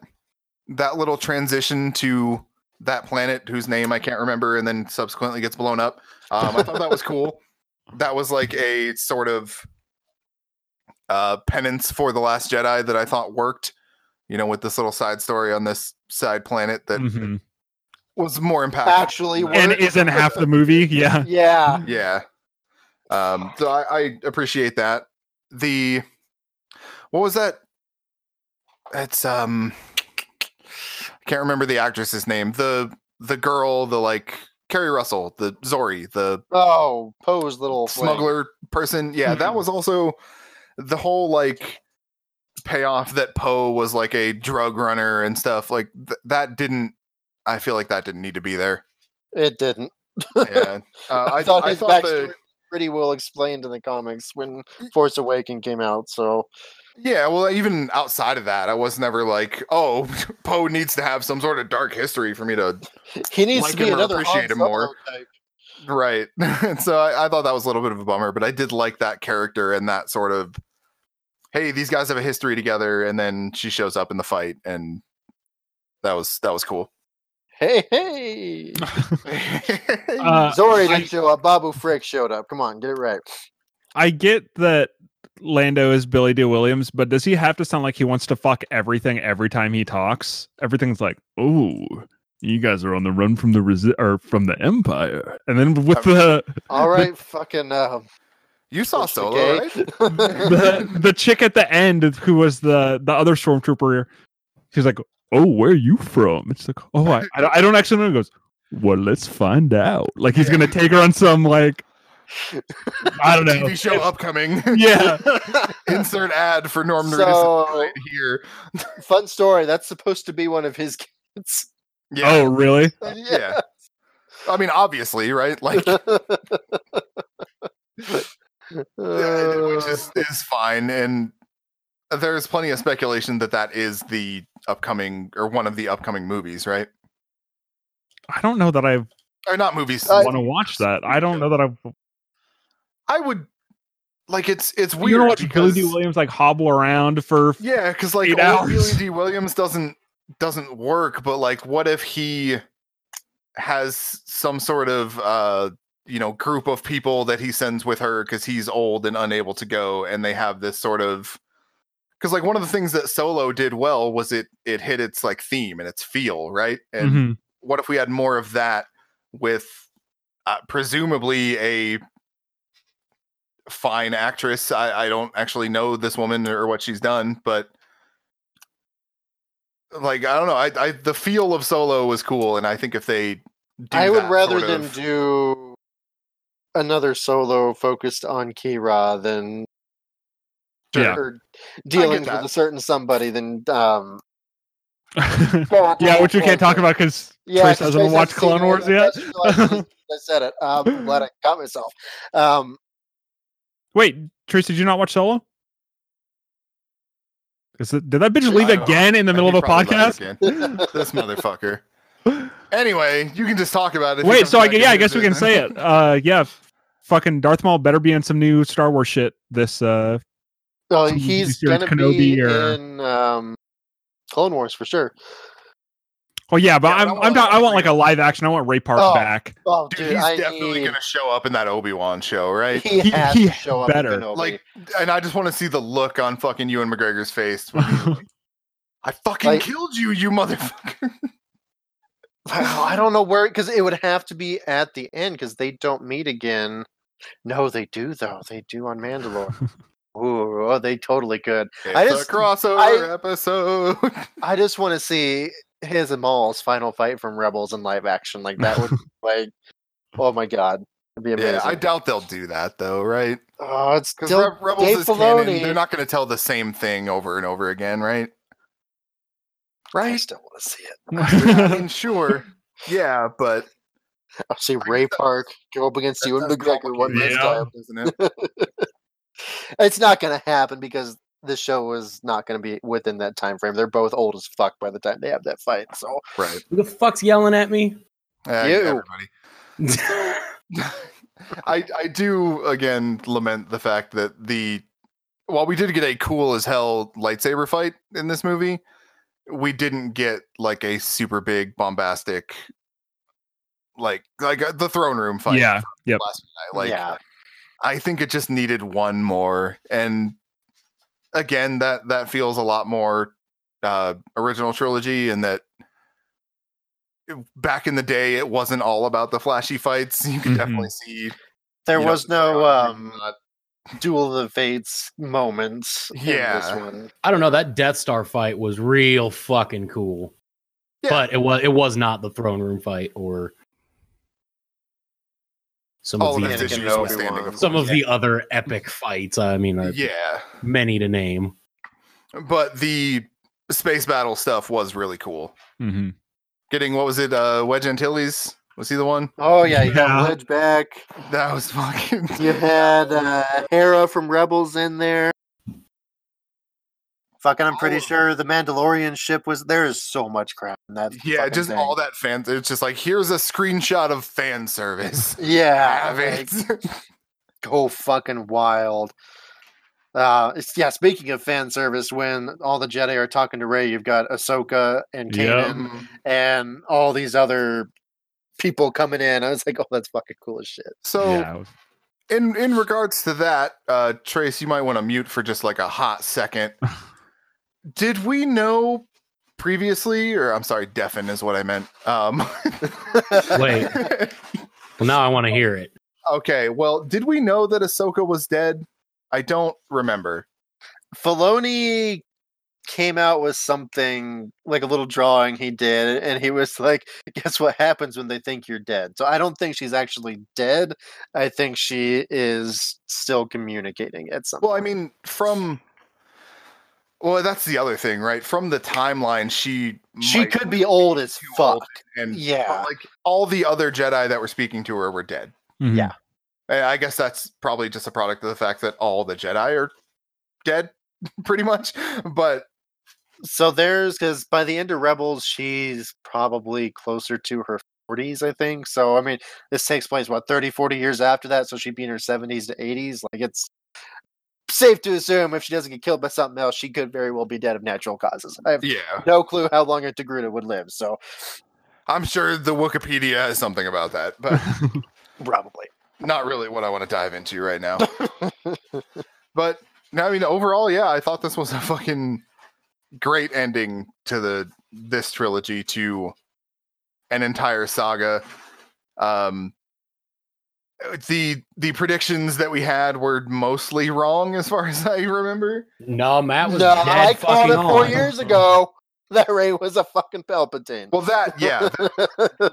[SPEAKER 1] that little transition to that planet whose name I can't remember, and then subsequently gets blown up. Um, I thought that was cool. That was like a sort of uh, penance for the Last Jedi that I thought worked. You know, with this little side story on this side planet that
[SPEAKER 2] Mhm.
[SPEAKER 1] was more impactful.
[SPEAKER 3] Actually,
[SPEAKER 1] And
[SPEAKER 2] And
[SPEAKER 3] worked.
[SPEAKER 2] is in half the movie. Yeah.
[SPEAKER 3] yeah,
[SPEAKER 1] yeah um so I, I appreciate that the what was that it's um i can't remember the actress's name the the girl the like carrie russell the zori the
[SPEAKER 3] oh Poe's little fling.
[SPEAKER 1] smuggler person yeah that
[SPEAKER 3] Mhm.
[SPEAKER 1] was also the whole like payoff that poe was like a drug runner and stuff like th- that didn't i feel like that didn't need to be there
[SPEAKER 3] It didn't.
[SPEAKER 1] yeah uh,
[SPEAKER 3] I,
[SPEAKER 1] I,
[SPEAKER 3] thought
[SPEAKER 1] I
[SPEAKER 3] his
[SPEAKER 1] thought the
[SPEAKER 3] backstory was pretty well explained in the comics when Force Awaken came out. So
[SPEAKER 1] Yeah, well, even outside of that, I was never like, oh, Poe needs to have some sort of dark history for me to
[SPEAKER 3] he needs
[SPEAKER 1] Like
[SPEAKER 3] to be
[SPEAKER 1] him or
[SPEAKER 3] another Han
[SPEAKER 1] appreciate him more.
[SPEAKER 3] Solo type.
[SPEAKER 1] right. and so I, I thought that was a little bit of a bummer, but I did like that character and that sort of, hey, these guys have a history together, and then she shows up in the fight, and that was that was cool.
[SPEAKER 3] Hey, hey!
[SPEAKER 2] Uh,
[SPEAKER 3] Zori
[SPEAKER 2] I-
[SPEAKER 3] didn't show up. Babu Frick showed up. Come on, get it right.
[SPEAKER 2] I get that Lando is Billy D. Williams, but does he have to sound like he wants to fuck everything every time he talks? Everything's like, oh, you guys are on the run from the resi- or from the Empire, and then with the
[SPEAKER 3] All right, fucking um,
[SPEAKER 1] you saw
[SPEAKER 3] Bush
[SPEAKER 1] Solo,
[SPEAKER 3] McKay.
[SPEAKER 1] right?
[SPEAKER 2] the, the chick at the end who was the the other stormtrooper she's like oh where are you from it's like oh i i don't, I don't actually know and he goes well let's find out like he's gonna take her on some like i don't know
[SPEAKER 1] TV show upcoming.
[SPEAKER 2] yeah
[SPEAKER 1] Insert ad for Norm Nerdis
[SPEAKER 3] so
[SPEAKER 1] right here.
[SPEAKER 3] fun story. That's supposed to be one of his kids.
[SPEAKER 2] oh really
[SPEAKER 3] yeah.
[SPEAKER 1] Uh, yeah. I mean, obviously, right? Like, Yeah, which
[SPEAKER 3] Uh,
[SPEAKER 1] is, is fine and there's plenty of speculation that that is the upcoming or one of the upcoming movies right
[SPEAKER 2] i don't know that i
[SPEAKER 1] or not movies
[SPEAKER 3] Uh,
[SPEAKER 2] want to watch that i don't know that i
[SPEAKER 1] i would like it's it's weird
[SPEAKER 2] you know what billy
[SPEAKER 1] because,
[SPEAKER 2] d williams like hobble around for
[SPEAKER 1] yeah because like
[SPEAKER 2] Eight
[SPEAKER 1] old Billy
[SPEAKER 2] hours.
[SPEAKER 1] d williams doesn't doesn't work but like what if he has some sort of uh you know group of people that he sends with her because he's old and unable to go and they have this sort of because like one of the things that solo did well was it it hit its like theme and its feel right and
[SPEAKER 2] Mhm.
[SPEAKER 1] what if we had more of that with uh, presumably a fine actress I, I don't actually know this woman or what she's done but like i don't know i, I the feel of solo was cool and i think if they do
[SPEAKER 3] I would
[SPEAKER 1] that
[SPEAKER 3] rather
[SPEAKER 1] sort
[SPEAKER 3] than
[SPEAKER 1] of-
[SPEAKER 3] do another solo focused on Kira than
[SPEAKER 2] Yeah.
[SPEAKER 3] or dealing with
[SPEAKER 1] that.
[SPEAKER 3] a certain somebody than um
[SPEAKER 2] Mm-hmm. yeah, which we can't talk about because Trace
[SPEAKER 3] 'cause
[SPEAKER 2] hasn't
[SPEAKER 3] Trace
[SPEAKER 2] watched
[SPEAKER 3] hasn't
[SPEAKER 2] Clone Wars
[SPEAKER 3] seen it. I
[SPEAKER 2] yet.
[SPEAKER 3] just realized I said it. Um, I'm glad I caught myself. Um,
[SPEAKER 2] Wait, Trace, did you not watch Solo? Is it, did that bitch leave
[SPEAKER 1] I don't-
[SPEAKER 2] again in the middle of
[SPEAKER 1] He
[SPEAKER 2] a
[SPEAKER 1] probably left
[SPEAKER 2] podcast?
[SPEAKER 1] again. this motherfucker. Anyway, you can just talk about it. if he
[SPEAKER 2] Wait,
[SPEAKER 1] comes
[SPEAKER 2] so I
[SPEAKER 1] back
[SPEAKER 2] gu- yeah,
[SPEAKER 1] and
[SPEAKER 2] I guess we can
[SPEAKER 1] visits.
[SPEAKER 2] say it. Uh, yeah, f- fucking Darth Maul better be in some new Star Wars shit. This uh,
[SPEAKER 3] Oh,
[SPEAKER 2] Some
[SPEAKER 3] he's
[SPEAKER 2] easier
[SPEAKER 3] gonna
[SPEAKER 2] Kenobi
[SPEAKER 3] be
[SPEAKER 2] or-
[SPEAKER 3] in um, Clone Wars for sure.
[SPEAKER 2] well, oh, yeah, but
[SPEAKER 1] Yeah, but I
[SPEAKER 2] I'm
[SPEAKER 1] want
[SPEAKER 2] I'm
[SPEAKER 1] that
[SPEAKER 2] not. I want like
[SPEAKER 1] Raypark.
[SPEAKER 2] a live action. I want Ray Park
[SPEAKER 3] Oh,
[SPEAKER 2] back.
[SPEAKER 3] Oh,
[SPEAKER 1] Dude, he's definitely going to show up in that Obi Wan show, right?
[SPEAKER 3] He,
[SPEAKER 2] He-
[SPEAKER 3] has
[SPEAKER 2] he
[SPEAKER 3] to show up in
[SPEAKER 2] better.
[SPEAKER 3] Kenobi.
[SPEAKER 1] Like, and I just want to see the look on fucking Ewan McGregor's face. when he's like, I fucking
[SPEAKER 3] Like-
[SPEAKER 1] killed you, you motherfucker.
[SPEAKER 3] Wow, I don't know where because it would have to be at the end because they don't meet again. No, they do though. They do on Mandalore. Ooh, oh, they totally could.
[SPEAKER 1] It's
[SPEAKER 3] just-
[SPEAKER 1] a crossover episode.
[SPEAKER 3] I just want to see his and Maul's final fight from Rebels in live action. Like that would like, oh my god, it'd be amazing.
[SPEAKER 1] yeah, I doubt they'll do that though, right?
[SPEAKER 3] oh, it's
[SPEAKER 1] Because
[SPEAKER 3] still
[SPEAKER 1] Rebels
[SPEAKER 3] Dave
[SPEAKER 1] is canon.
[SPEAKER 3] Filoni.
[SPEAKER 1] They're not going to tell the same thing over and over again, right?
[SPEAKER 3] I
[SPEAKER 1] Right?
[SPEAKER 3] still want to see it.
[SPEAKER 1] I mean, sure. Yeah, but
[SPEAKER 3] I'll Oh, see Ray Park go up against you and
[SPEAKER 1] that's
[SPEAKER 3] McGregor one
[SPEAKER 1] complicated
[SPEAKER 3] last
[SPEAKER 2] Yeah.
[SPEAKER 1] stuff,
[SPEAKER 3] time.
[SPEAKER 1] isn't it?
[SPEAKER 3] it's not going to happen because the show was not going to be within that time frame. They're both old as fuck by the time they have that fight. So
[SPEAKER 1] Right.
[SPEAKER 4] Who the fuck's yelling at me?
[SPEAKER 1] Uh,
[SPEAKER 3] You.
[SPEAKER 1] everybody. I I do again lament the fact that the while we did get a cool as hell lightsaber fight in this movie, we didn't get like a super big bombastic like like uh, the throne room fight.
[SPEAKER 2] yeah, yep.
[SPEAKER 1] last night. Like
[SPEAKER 3] yeah,
[SPEAKER 1] I think it just needed one more and again that that feels a lot more uh original trilogy and that back in the day it wasn't all about the flashy fights. You could
[SPEAKER 2] Mhm.
[SPEAKER 1] definitely see
[SPEAKER 3] there
[SPEAKER 1] you know,
[SPEAKER 3] was no
[SPEAKER 1] Sauron
[SPEAKER 3] um,
[SPEAKER 1] not-
[SPEAKER 3] duel of the fates moments. in this
[SPEAKER 1] Yeah.
[SPEAKER 3] one.
[SPEAKER 4] I don't know. That Death Star fight was real fucking cool,
[SPEAKER 1] Yeah.
[SPEAKER 4] but it was it was not the throne room fight or some
[SPEAKER 1] all of
[SPEAKER 4] of the
[SPEAKER 1] his
[SPEAKER 3] Anakin
[SPEAKER 1] issues
[SPEAKER 3] and
[SPEAKER 1] with standing.
[SPEAKER 3] Obi-Wan.
[SPEAKER 1] of
[SPEAKER 4] some of
[SPEAKER 1] course.
[SPEAKER 4] the other epic fights. I mean, uh,
[SPEAKER 1] yeah,
[SPEAKER 4] many to name.
[SPEAKER 1] but the space battle stuff was really cool.
[SPEAKER 2] Mhm.
[SPEAKER 1] Getting what was it? Uh, Wedge Antilles was he the one?
[SPEAKER 3] Oh yeah, you
[SPEAKER 2] Yeah.
[SPEAKER 3] had Wedge back.
[SPEAKER 1] That was fucking.
[SPEAKER 3] You had uh, Hera from Rebels in there. Fucking, I'm pretty
[SPEAKER 1] All of it.
[SPEAKER 3] sure the Mandalorian ship was. There is so much crap in that.
[SPEAKER 1] Yeah,
[SPEAKER 3] fucking
[SPEAKER 1] just
[SPEAKER 3] thing.
[SPEAKER 1] all that fan. It's just like here's a screenshot of fan service.
[SPEAKER 3] Yeah,
[SPEAKER 1] Have
[SPEAKER 3] like,
[SPEAKER 1] it.
[SPEAKER 3] go fucking wild. Uh, it's, yeah, speaking of fan service, when all the Jedi are talking to Ray, you've got Ahsoka and
[SPEAKER 2] Yep.
[SPEAKER 3] Kanan and all these other people coming in. I was like, oh, that's fucking cool as shit.
[SPEAKER 1] so
[SPEAKER 2] yeah.
[SPEAKER 1] in in regards to that, uh, Trace, you might want to mute for just like a hot second. Did we know previously, or I'm sorry, deafen is what I meant. Um,
[SPEAKER 4] Wait. Well, now I want to hear it.
[SPEAKER 1] Okay, well, did we know that Ahsoka was dead? I don't remember.
[SPEAKER 3] Filoni came out with something like a little drawing he did, and he was like, "Guess what happens when they think you're dead?" So I don't think she's actually dead. I think she is still communicating at some.
[SPEAKER 1] Well, I mean, from well, that's the other thing, right? From the timeline, she
[SPEAKER 3] she
[SPEAKER 1] might
[SPEAKER 3] could be old as
[SPEAKER 1] too
[SPEAKER 3] fuck.
[SPEAKER 1] old and but,
[SPEAKER 3] yeah.
[SPEAKER 1] like all the other Jedi that were speaking to her were dead.
[SPEAKER 2] Mhm.
[SPEAKER 3] yeah.
[SPEAKER 1] And Eh, I guess that's probably just a product of the fact that all the Jedi are dead, pretty much. But
[SPEAKER 3] So there's because by the end of Rebels, she's probably closer to her 40s, I think. So I mean, this takes place what 30, 40 years after that. So she'd be in her 70s to 80s. Like it's safe to assume if she doesn't get killed by something else, she could very well be dead of natural causes. I have
[SPEAKER 1] yeah,
[SPEAKER 3] no clue how long a Degruda would live. So
[SPEAKER 1] I'm sure the Wikipedia has something about that, but
[SPEAKER 3] probably.
[SPEAKER 1] not really what I want to dive into right now. but no, I mean, overall, yeah, I thought this was a fucking great ending to the this trilogy to an entire saga. Um, the the predictions that we had were mostly wrong, as far as I remember.
[SPEAKER 4] No, Matt was
[SPEAKER 3] no,
[SPEAKER 4] dead
[SPEAKER 3] I called
[SPEAKER 4] fucking
[SPEAKER 3] it four
[SPEAKER 4] on.
[SPEAKER 3] years ago. That Ray was a fucking Palpatine.
[SPEAKER 1] Well, that yeah,
[SPEAKER 3] Well,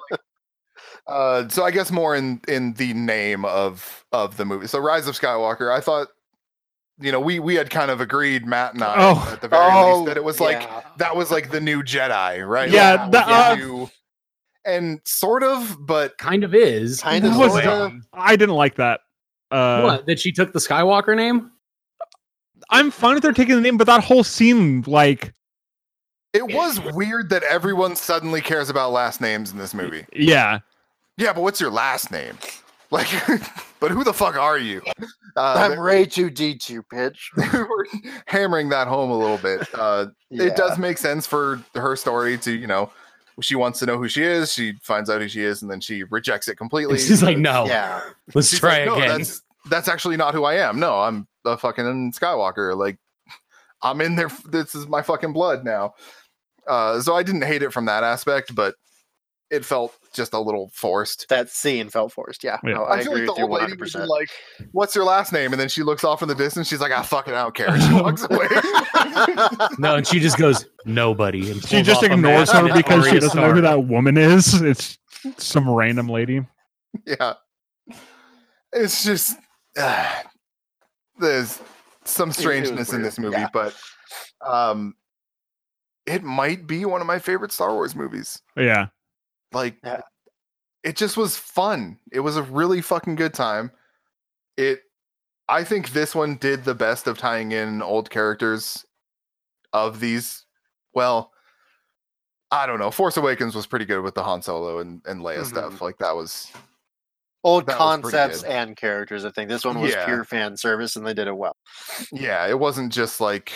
[SPEAKER 1] Uh, so I guess more in in the name of of the movie. So Rise of Skywalker. I thought, you know, we we had kind of agreed, Matt and I,
[SPEAKER 2] Oh.
[SPEAKER 1] at the very
[SPEAKER 3] Oh,
[SPEAKER 1] least, that it was like
[SPEAKER 3] yeah.
[SPEAKER 1] that was like the new Jedi, right?
[SPEAKER 2] Yeah,
[SPEAKER 1] Like,
[SPEAKER 2] the-
[SPEAKER 1] that was
[SPEAKER 2] uh,
[SPEAKER 1] new- and sort of, but
[SPEAKER 4] Kind of is.
[SPEAKER 3] kind of.
[SPEAKER 2] What was
[SPEAKER 3] sorta.
[SPEAKER 1] dumb.
[SPEAKER 2] I didn't like that. Uh,
[SPEAKER 4] what? That she took the Skywalker name?
[SPEAKER 2] I'm fine if they're taking the name, but that whole scene, like,
[SPEAKER 1] it was weird that everyone suddenly cares about last names in this movie.
[SPEAKER 2] yeah,
[SPEAKER 1] Yeah, but what's your last name? Like, but who the fuck are you? Uh,
[SPEAKER 3] I'm Ray two D two, bitch.
[SPEAKER 1] they were hammering that home a little bit. Uh, It does make sense for her story to, you know, she wants to know who she is. She finds out who she is, and then she rejects it completely.
[SPEAKER 4] She's like, no.
[SPEAKER 3] Yeah.
[SPEAKER 4] Let's
[SPEAKER 1] She's
[SPEAKER 4] try
[SPEAKER 1] like, "No,
[SPEAKER 4] again.
[SPEAKER 1] That's, that's actually not who I am. No, I'm a fucking Skywalker. Like, I'm in there. This is my fucking blood now. Uh, so I didn't hate it from that aspect, but it felt just a little forced.
[SPEAKER 3] That scene felt forced. Yeah.
[SPEAKER 2] Yeah.
[SPEAKER 3] No, I,
[SPEAKER 1] I, feel like
[SPEAKER 3] agree
[SPEAKER 1] the
[SPEAKER 3] with you
[SPEAKER 1] old lady
[SPEAKER 3] 100.
[SPEAKER 1] was
[SPEAKER 3] percent
[SPEAKER 1] like, "What's your last name?" And then she looks off in the distance. She's like, "I fucking I don't care." And she walks away.
[SPEAKER 4] no, and she just goes, nobody. and
[SPEAKER 2] she
[SPEAKER 4] pulls
[SPEAKER 2] just
[SPEAKER 4] off a
[SPEAKER 2] ignores
[SPEAKER 4] mask
[SPEAKER 2] her
[SPEAKER 4] and an
[SPEAKER 2] because she
[SPEAKER 4] Arya
[SPEAKER 2] doesn't know who
[SPEAKER 4] Stark.
[SPEAKER 2] that woman is. It's some random lady.
[SPEAKER 1] yeah, it's just uh, there's some
[SPEAKER 3] was
[SPEAKER 1] strangeness in
[SPEAKER 3] weird,
[SPEAKER 1] this movie,
[SPEAKER 3] yeah.
[SPEAKER 1] but um, it might be one of my favorite Star Wars movies.
[SPEAKER 2] Yeah.
[SPEAKER 1] Like,
[SPEAKER 3] Yeah.
[SPEAKER 1] it just was fun. It was a really fucking good time. It, I think this one did the best of tying in old characters of these. Well, I don't know. Force Awakens was pretty good with the Han Solo and, and Leia
[SPEAKER 3] Mhm.
[SPEAKER 1] stuff. Like that was
[SPEAKER 3] Old
[SPEAKER 1] That was pretty
[SPEAKER 3] concepts
[SPEAKER 1] good.
[SPEAKER 3] and characters. I think this one was
[SPEAKER 1] Yeah.
[SPEAKER 3] pure fan service, and they did it well.
[SPEAKER 1] yeah, it wasn't just like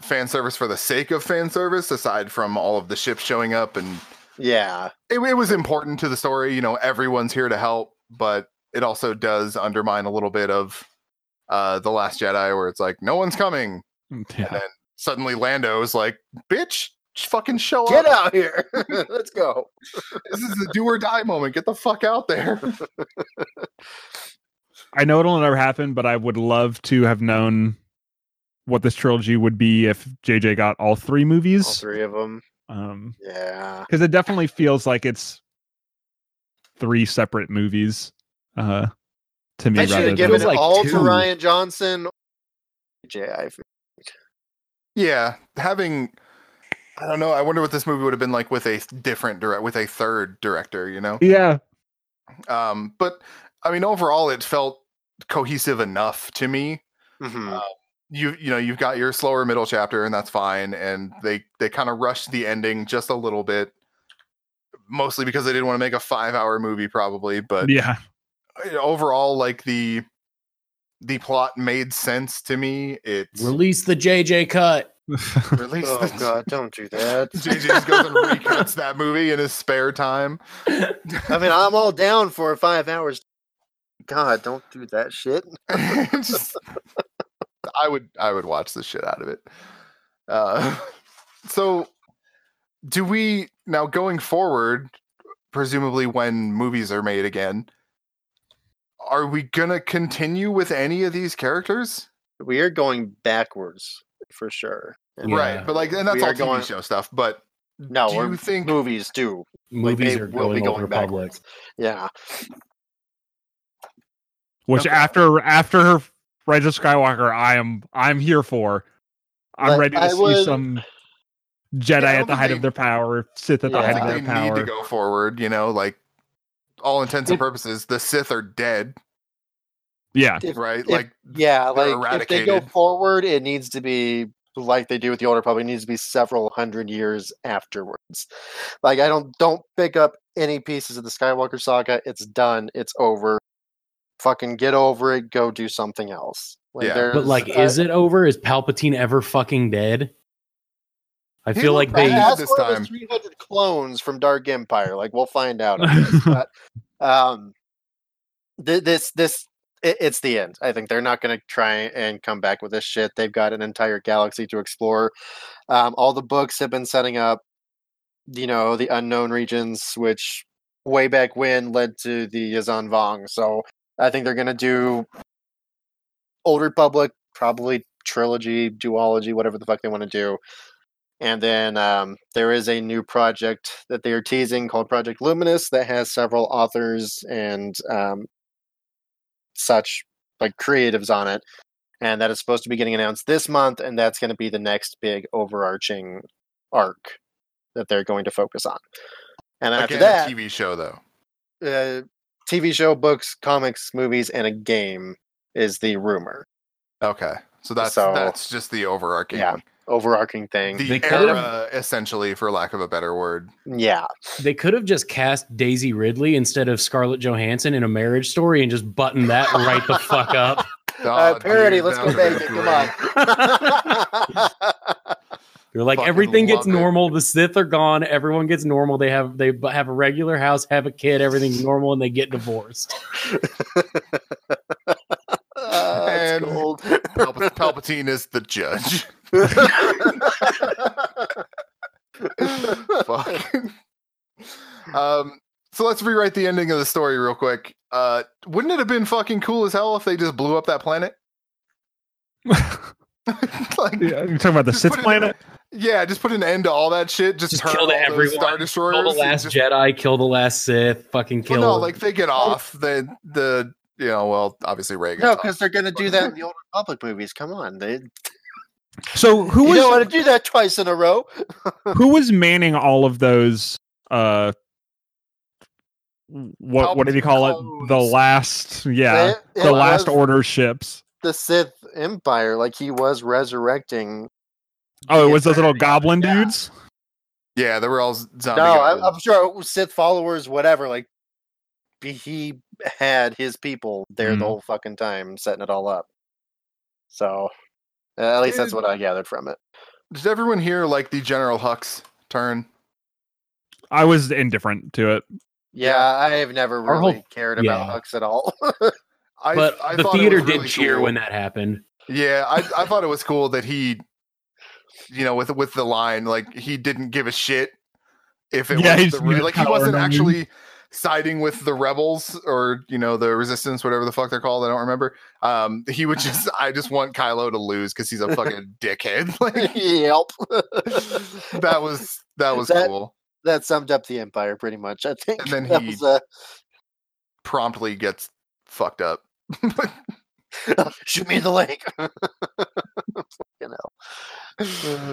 [SPEAKER 1] fan service for the sake of fan service, aside from all of the ships showing up and
[SPEAKER 3] Yeah.
[SPEAKER 1] it, it was important to the story. You know, everyone's here to help, but it also does undermine a little bit of uh the Last Jedi, where it's like no one's coming.
[SPEAKER 2] yeah.
[SPEAKER 1] Suddenly, Lando is like, "Bitch, just fucking show
[SPEAKER 3] Get
[SPEAKER 1] up!
[SPEAKER 3] out here. Let's go.
[SPEAKER 1] This is the do or die moment. Get the fuck out there!"
[SPEAKER 2] I know it'll never happen, but I would love to have known what this trilogy would be if JJ got all three movies.
[SPEAKER 3] All three of them.
[SPEAKER 2] Um,
[SPEAKER 3] Yeah.
[SPEAKER 2] because it definitely feels like it's three separate movies. Uh, to me,
[SPEAKER 3] I should
[SPEAKER 2] rather
[SPEAKER 3] have
[SPEAKER 2] than
[SPEAKER 3] given
[SPEAKER 4] Feels
[SPEAKER 3] it
[SPEAKER 4] like
[SPEAKER 3] all
[SPEAKER 4] two.
[SPEAKER 3] to Ryan Johnson. J.I.
[SPEAKER 1] yeah, having. I don't know. I wonder what this movie would have been like with a different direct, with a third director. You know,
[SPEAKER 2] yeah,
[SPEAKER 1] um, but I mean, overall, it felt cohesive enough to me
[SPEAKER 3] Mhm.
[SPEAKER 1] you you know you've got your slower middle chapter and that's fine and they they kind of rushed the ending just a little bit mostly because they didn't want to make a 5 hour movie probably but
[SPEAKER 2] yeah,
[SPEAKER 1] uh, overall like the the plot made sense to me it's
[SPEAKER 4] Release the JJ cut.
[SPEAKER 1] released
[SPEAKER 3] Oh God! Don't do that.
[SPEAKER 1] JJ just goes and recuts that movie in his spare time E.
[SPEAKER 3] I mean, I'm all down for five hours. God, don't do that shit.
[SPEAKER 1] Just- I would I would watch the shit out of it. Uh, so do we now going forward, presumably when movies are made again, are we gonna continue with any of these characters?
[SPEAKER 3] We are going backwards for sure. And
[SPEAKER 1] Right. But like and that's
[SPEAKER 3] We are
[SPEAKER 1] all TV
[SPEAKER 3] going-
[SPEAKER 1] show stuff, but
[SPEAKER 3] No,
[SPEAKER 1] do
[SPEAKER 3] we're
[SPEAKER 1] you think
[SPEAKER 3] movies do.
[SPEAKER 4] Movies
[SPEAKER 3] they
[SPEAKER 4] are
[SPEAKER 3] will be
[SPEAKER 4] going,
[SPEAKER 3] going
[SPEAKER 4] over public.
[SPEAKER 3] backwards. Yeah.
[SPEAKER 2] which
[SPEAKER 1] Okay.
[SPEAKER 2] after after Rise of Skywalker, I am I'm here for. I'm
[SPEAKER 3] But
[SPEAKER 2] ready to
[SPEAKER 3] I
[SPEAKER 2] see
[SPEAKER 3] would-
[SPEAKER 2] some Jedi
[SPEAKER 1] Yeah, I don't
[SPEAKER 2] at the
[SPEAKER 1] think
[SPEAKER 2] height
[SPEAKER 1] they-
[SPEAKER 2] of their power, Sith at the
[SPEAKER 3] Yeah.
[SPEAKER 1] I
[SPEAKER 2] height
[SPEAKER 1] think
[SPEAKER 2] of
[SPEAKER 1] they
[SPEAKER 2] their
[SPEAKER 1] need to
[SPEAKER 2] power.
[SPEAKER 1] go forward, you know, like all intents and
[SPEAKER 4] If-
[SPEAKER 1] purposes, the Sith are dead,
[SPEAKER 2] Yeah,
[SPEAKER 3] If-
[SPEAKER 1] right?
[SPEAKER 3] if-
[SPEAKER 1] like
[SPEAKER 3] Yeah,
[SPEAKER 1] They're
[SPEAKER 3] like if they go
[SPEAKER 1] eradicated.
[SPEAKER 3] forward, it needs to be like they do with the older public. It needs to be several hundred years afterwards. Like I don't don't pick up any pieces of the Skywalker saga. It's done. It's over. Fucking get over it. Go do something else.
[SPEAKER 1] Yeah.
[SPEAKER 4] But like,
[SPEAKER 1] Uh,
[SPEAKER 4] is it over? Is Palpatine ever fucking dead? I
[SPEAKER 1] He
[SPEAKER 4] feel
[SPEAKER 1] looked
[SPEAKER 4] like
[SPEAKER 1] bad.
[SPEAKER 4] they.
[SPEAKER 1] Ask
[SPEAKER 3] this
[SPEAKER 1] one of his
[SPEAKER 3] time? Three hundred clones from Dark Empire. Like we'll find out. I guess. but, um, th- this this it, it's the end. I think they're not going to try and come back with this shit. They've got an entire galaxy to explore. Um, all the books have been setting up, you know, the unknown regions, which way back when led to the Yazan Vong. So I think they're going to do Old Republic, probably trilogy, duology, whatever the fuck they want to do, And then um, there is a new project that they are teasing called Project Luminous that has several authors and um, such like creatives on it. And that is supposed to be getting announced this month. And that's going to be the next big overarching arc that they're going to focus on. And after
[SPEAKER 1] Again,
[SPEAKER 3] that,
[SPEAKER 1] a TV show though.
[SPEAKER 3] uh, TV show, books, comics, movies, and a game is the rumor,
[SPEAKER 1] Okay, so that's
[SPEAKER 3] So-
[SPEAKER 1] that's just the overarching,
[SPEAKER 3] Yeah. overarching thing.
[SPEAKER 1] the
[SPEAKER 4] They kind
[SPEAKER 1] era
[SPEAKER 4] of-
[SPEAKER 1] essentially, for lack of a better word.
[SPEAKER 3] yeah,
[SPEAKER 4] They could have just cast Daisy Ridley instead of Scarlett Johansson in a marriage story and just button that right the fuck up.
[SPEAKER 1] Oh,
[SPEAKER 2] Ah,
[SPEAKER 3] uh, parody.
[SPEAKER 1] dude,
[SPEAKER 3] let's
[SPEAKER 1] that
[SPEAKER 3] go
[SPEAKER 1] would've
[SPEAKER 3] back it.
[SPEAKER 1] been
[SPEAKER 3] Come
[SPEAKER 1] great.
[SPEAKER 3] on.
[SPEAKER 4] They're like
[SPEAKER 1] Fucking
[SPEAKER 4] everything
[SPEAKER 1] love
[SPEAKER 4] gets
[SPEAKER 1] it.
[SPEAKER 4] normal. The Sith are gone. Everyone gets normal. They have they b- have a regular house, have a kid. Everything's normal, and they get divorced.
[SPEAKER 3] Uh,
[SPEAKER 1] And-
[SPEAKER 3] it's gold.
[SPEAKER 1] Palpa- Palpatine is the judge. Fuck. um, so let's rewrite the ending of the story real quick. Uh, wouldn't it have been fucking cool as hell if they just blew up that planet? like, yeah.
[SPEAKER 2] You're talking about the
[SPEAKER 1] Just
[SPEAKER 2] Sith
[SPEAKER 1] put it-
[SPEAKER 2] planet?
[SPEAKER 1] just put an end to all that shit. Just,
[SPEAKER 4] Just
[SPEAKER 1] turn
[SPEAKER 4] kill the
[SPEAKER 1] all those
[SPEAKER 4] everyone.
[SPEAKER 1] Star
[SPEAKER 4] Kill
[SPEAKER 1] Destroyers.
[SPEAKER 4] the
[SPEAKER 1] and
[SPEAKER 4] last
[SPEAKER 1] just-
[SPEAKER 4] Jedi. Kill the last Sith. Fucking
[SPEAKER 1] Well,
[SPEAKER 4] kill.
[SPEAKER 1] no, like they get off the the you know. Well, obviously Ray. gets
[SPEAKER 3] Oh. no,
[SPEAKER 1] off.
[SPEAKER 3] because they're going to do that in the old Republic movies. Come on, they
[SPEAKER 2] So who
[SPEAKER 3] you
[SPEAKER 2] was
[SPEAKER 3] don't want to do that twice in a row.
[SPEAKER 2] who was manning all of those uh what what did you call it? The
[SPEAKER 3] Clones.
[SPEAKER 2] last yeah.
[SPEAKER 3] It- it
[SPEAKER 2] The last
[SPEAKER 3] was
[SPEAKER 2] order ships.
[SPEAKER 3] the Sith Empire, like he was resurrecting.
[SPEAKER 2] Oh, it
[SPEAKER 3] Yeah,
[SPEAKER 2] was those little goblin dudes?
[SPEAKER 1] Yeah, they were all zombie.
[SPEAKER 3] No, I,
[SPEAKER 1] goblins.
[SPEAKER 3] I'm sure it was Sith followers, whatever. Like be- he had his people there
[SPEAKER 2] Mm.
[SPEAKER 3] the whole fucking time, setting it all up. So uh, at least that's what I gathered from it.
[SPEAKER 1] Does everyone here like the General Hux turn?
[SPEAKER 2] I was indifferent to it.
[SPEAKER 3] Yeah, I have never
[SPEAKER 4] Our whole-
[SPEAKER 3] really cared about
[SPEAKER 4] yeah.
[SPEAKER 3] hooks at all.
[SPEAKER 1] I,
[SPEAKER 4] but
[SPEAKER 1] I
[SPEAKER 4] the
[SPEAKER 1] thought it
[SPEAKER 4] theater
[SPEAKER 1] was
[SPEAKER 4] did
[SPEAKER 1] really
[SPEAKER 4] cheer
[SPEAKER 1] cool.
[SPEAKER 4] when that happened.
[SPEAKER 1] Yeah, I, I thought it was cool that he, you know, with with the line like he didn't give a shit if it
[SPEAKER 2] Yeah, he
[SPEAKER 1] was the
[SPEAKER 2] just
[SPEAKER 1] re-
[SPEAKER 2] needed
[SPEAKER 1] like he
[SPEAKER 2] power
[SPEAKER 1] wasn't
[SPEAKER 2] and money.
[SPEAKER 1] actually siding with the rebels or you know the resistance, whatever the fuck they're called. I don't remember. Um, he would just I just want Kylo to lose because he's a fucking dickhead. Like
[SPEAKER 3] yep.
[SPEAKER 1] that was that was
[SPEAKER 3] That-
[SPEAKER 1] cool.
[SPEAKER 3] that summed up the empire pretty much. I think.
[SPEAKER 1] And then
[SPEAKER 3] that
[SPEAKER 1] he-
[SPEAKER 3] was, uh,
[SPEAKER 1] Promptly gets fucked up.
[SPEAKER 3] shoot me in the leg. Fucking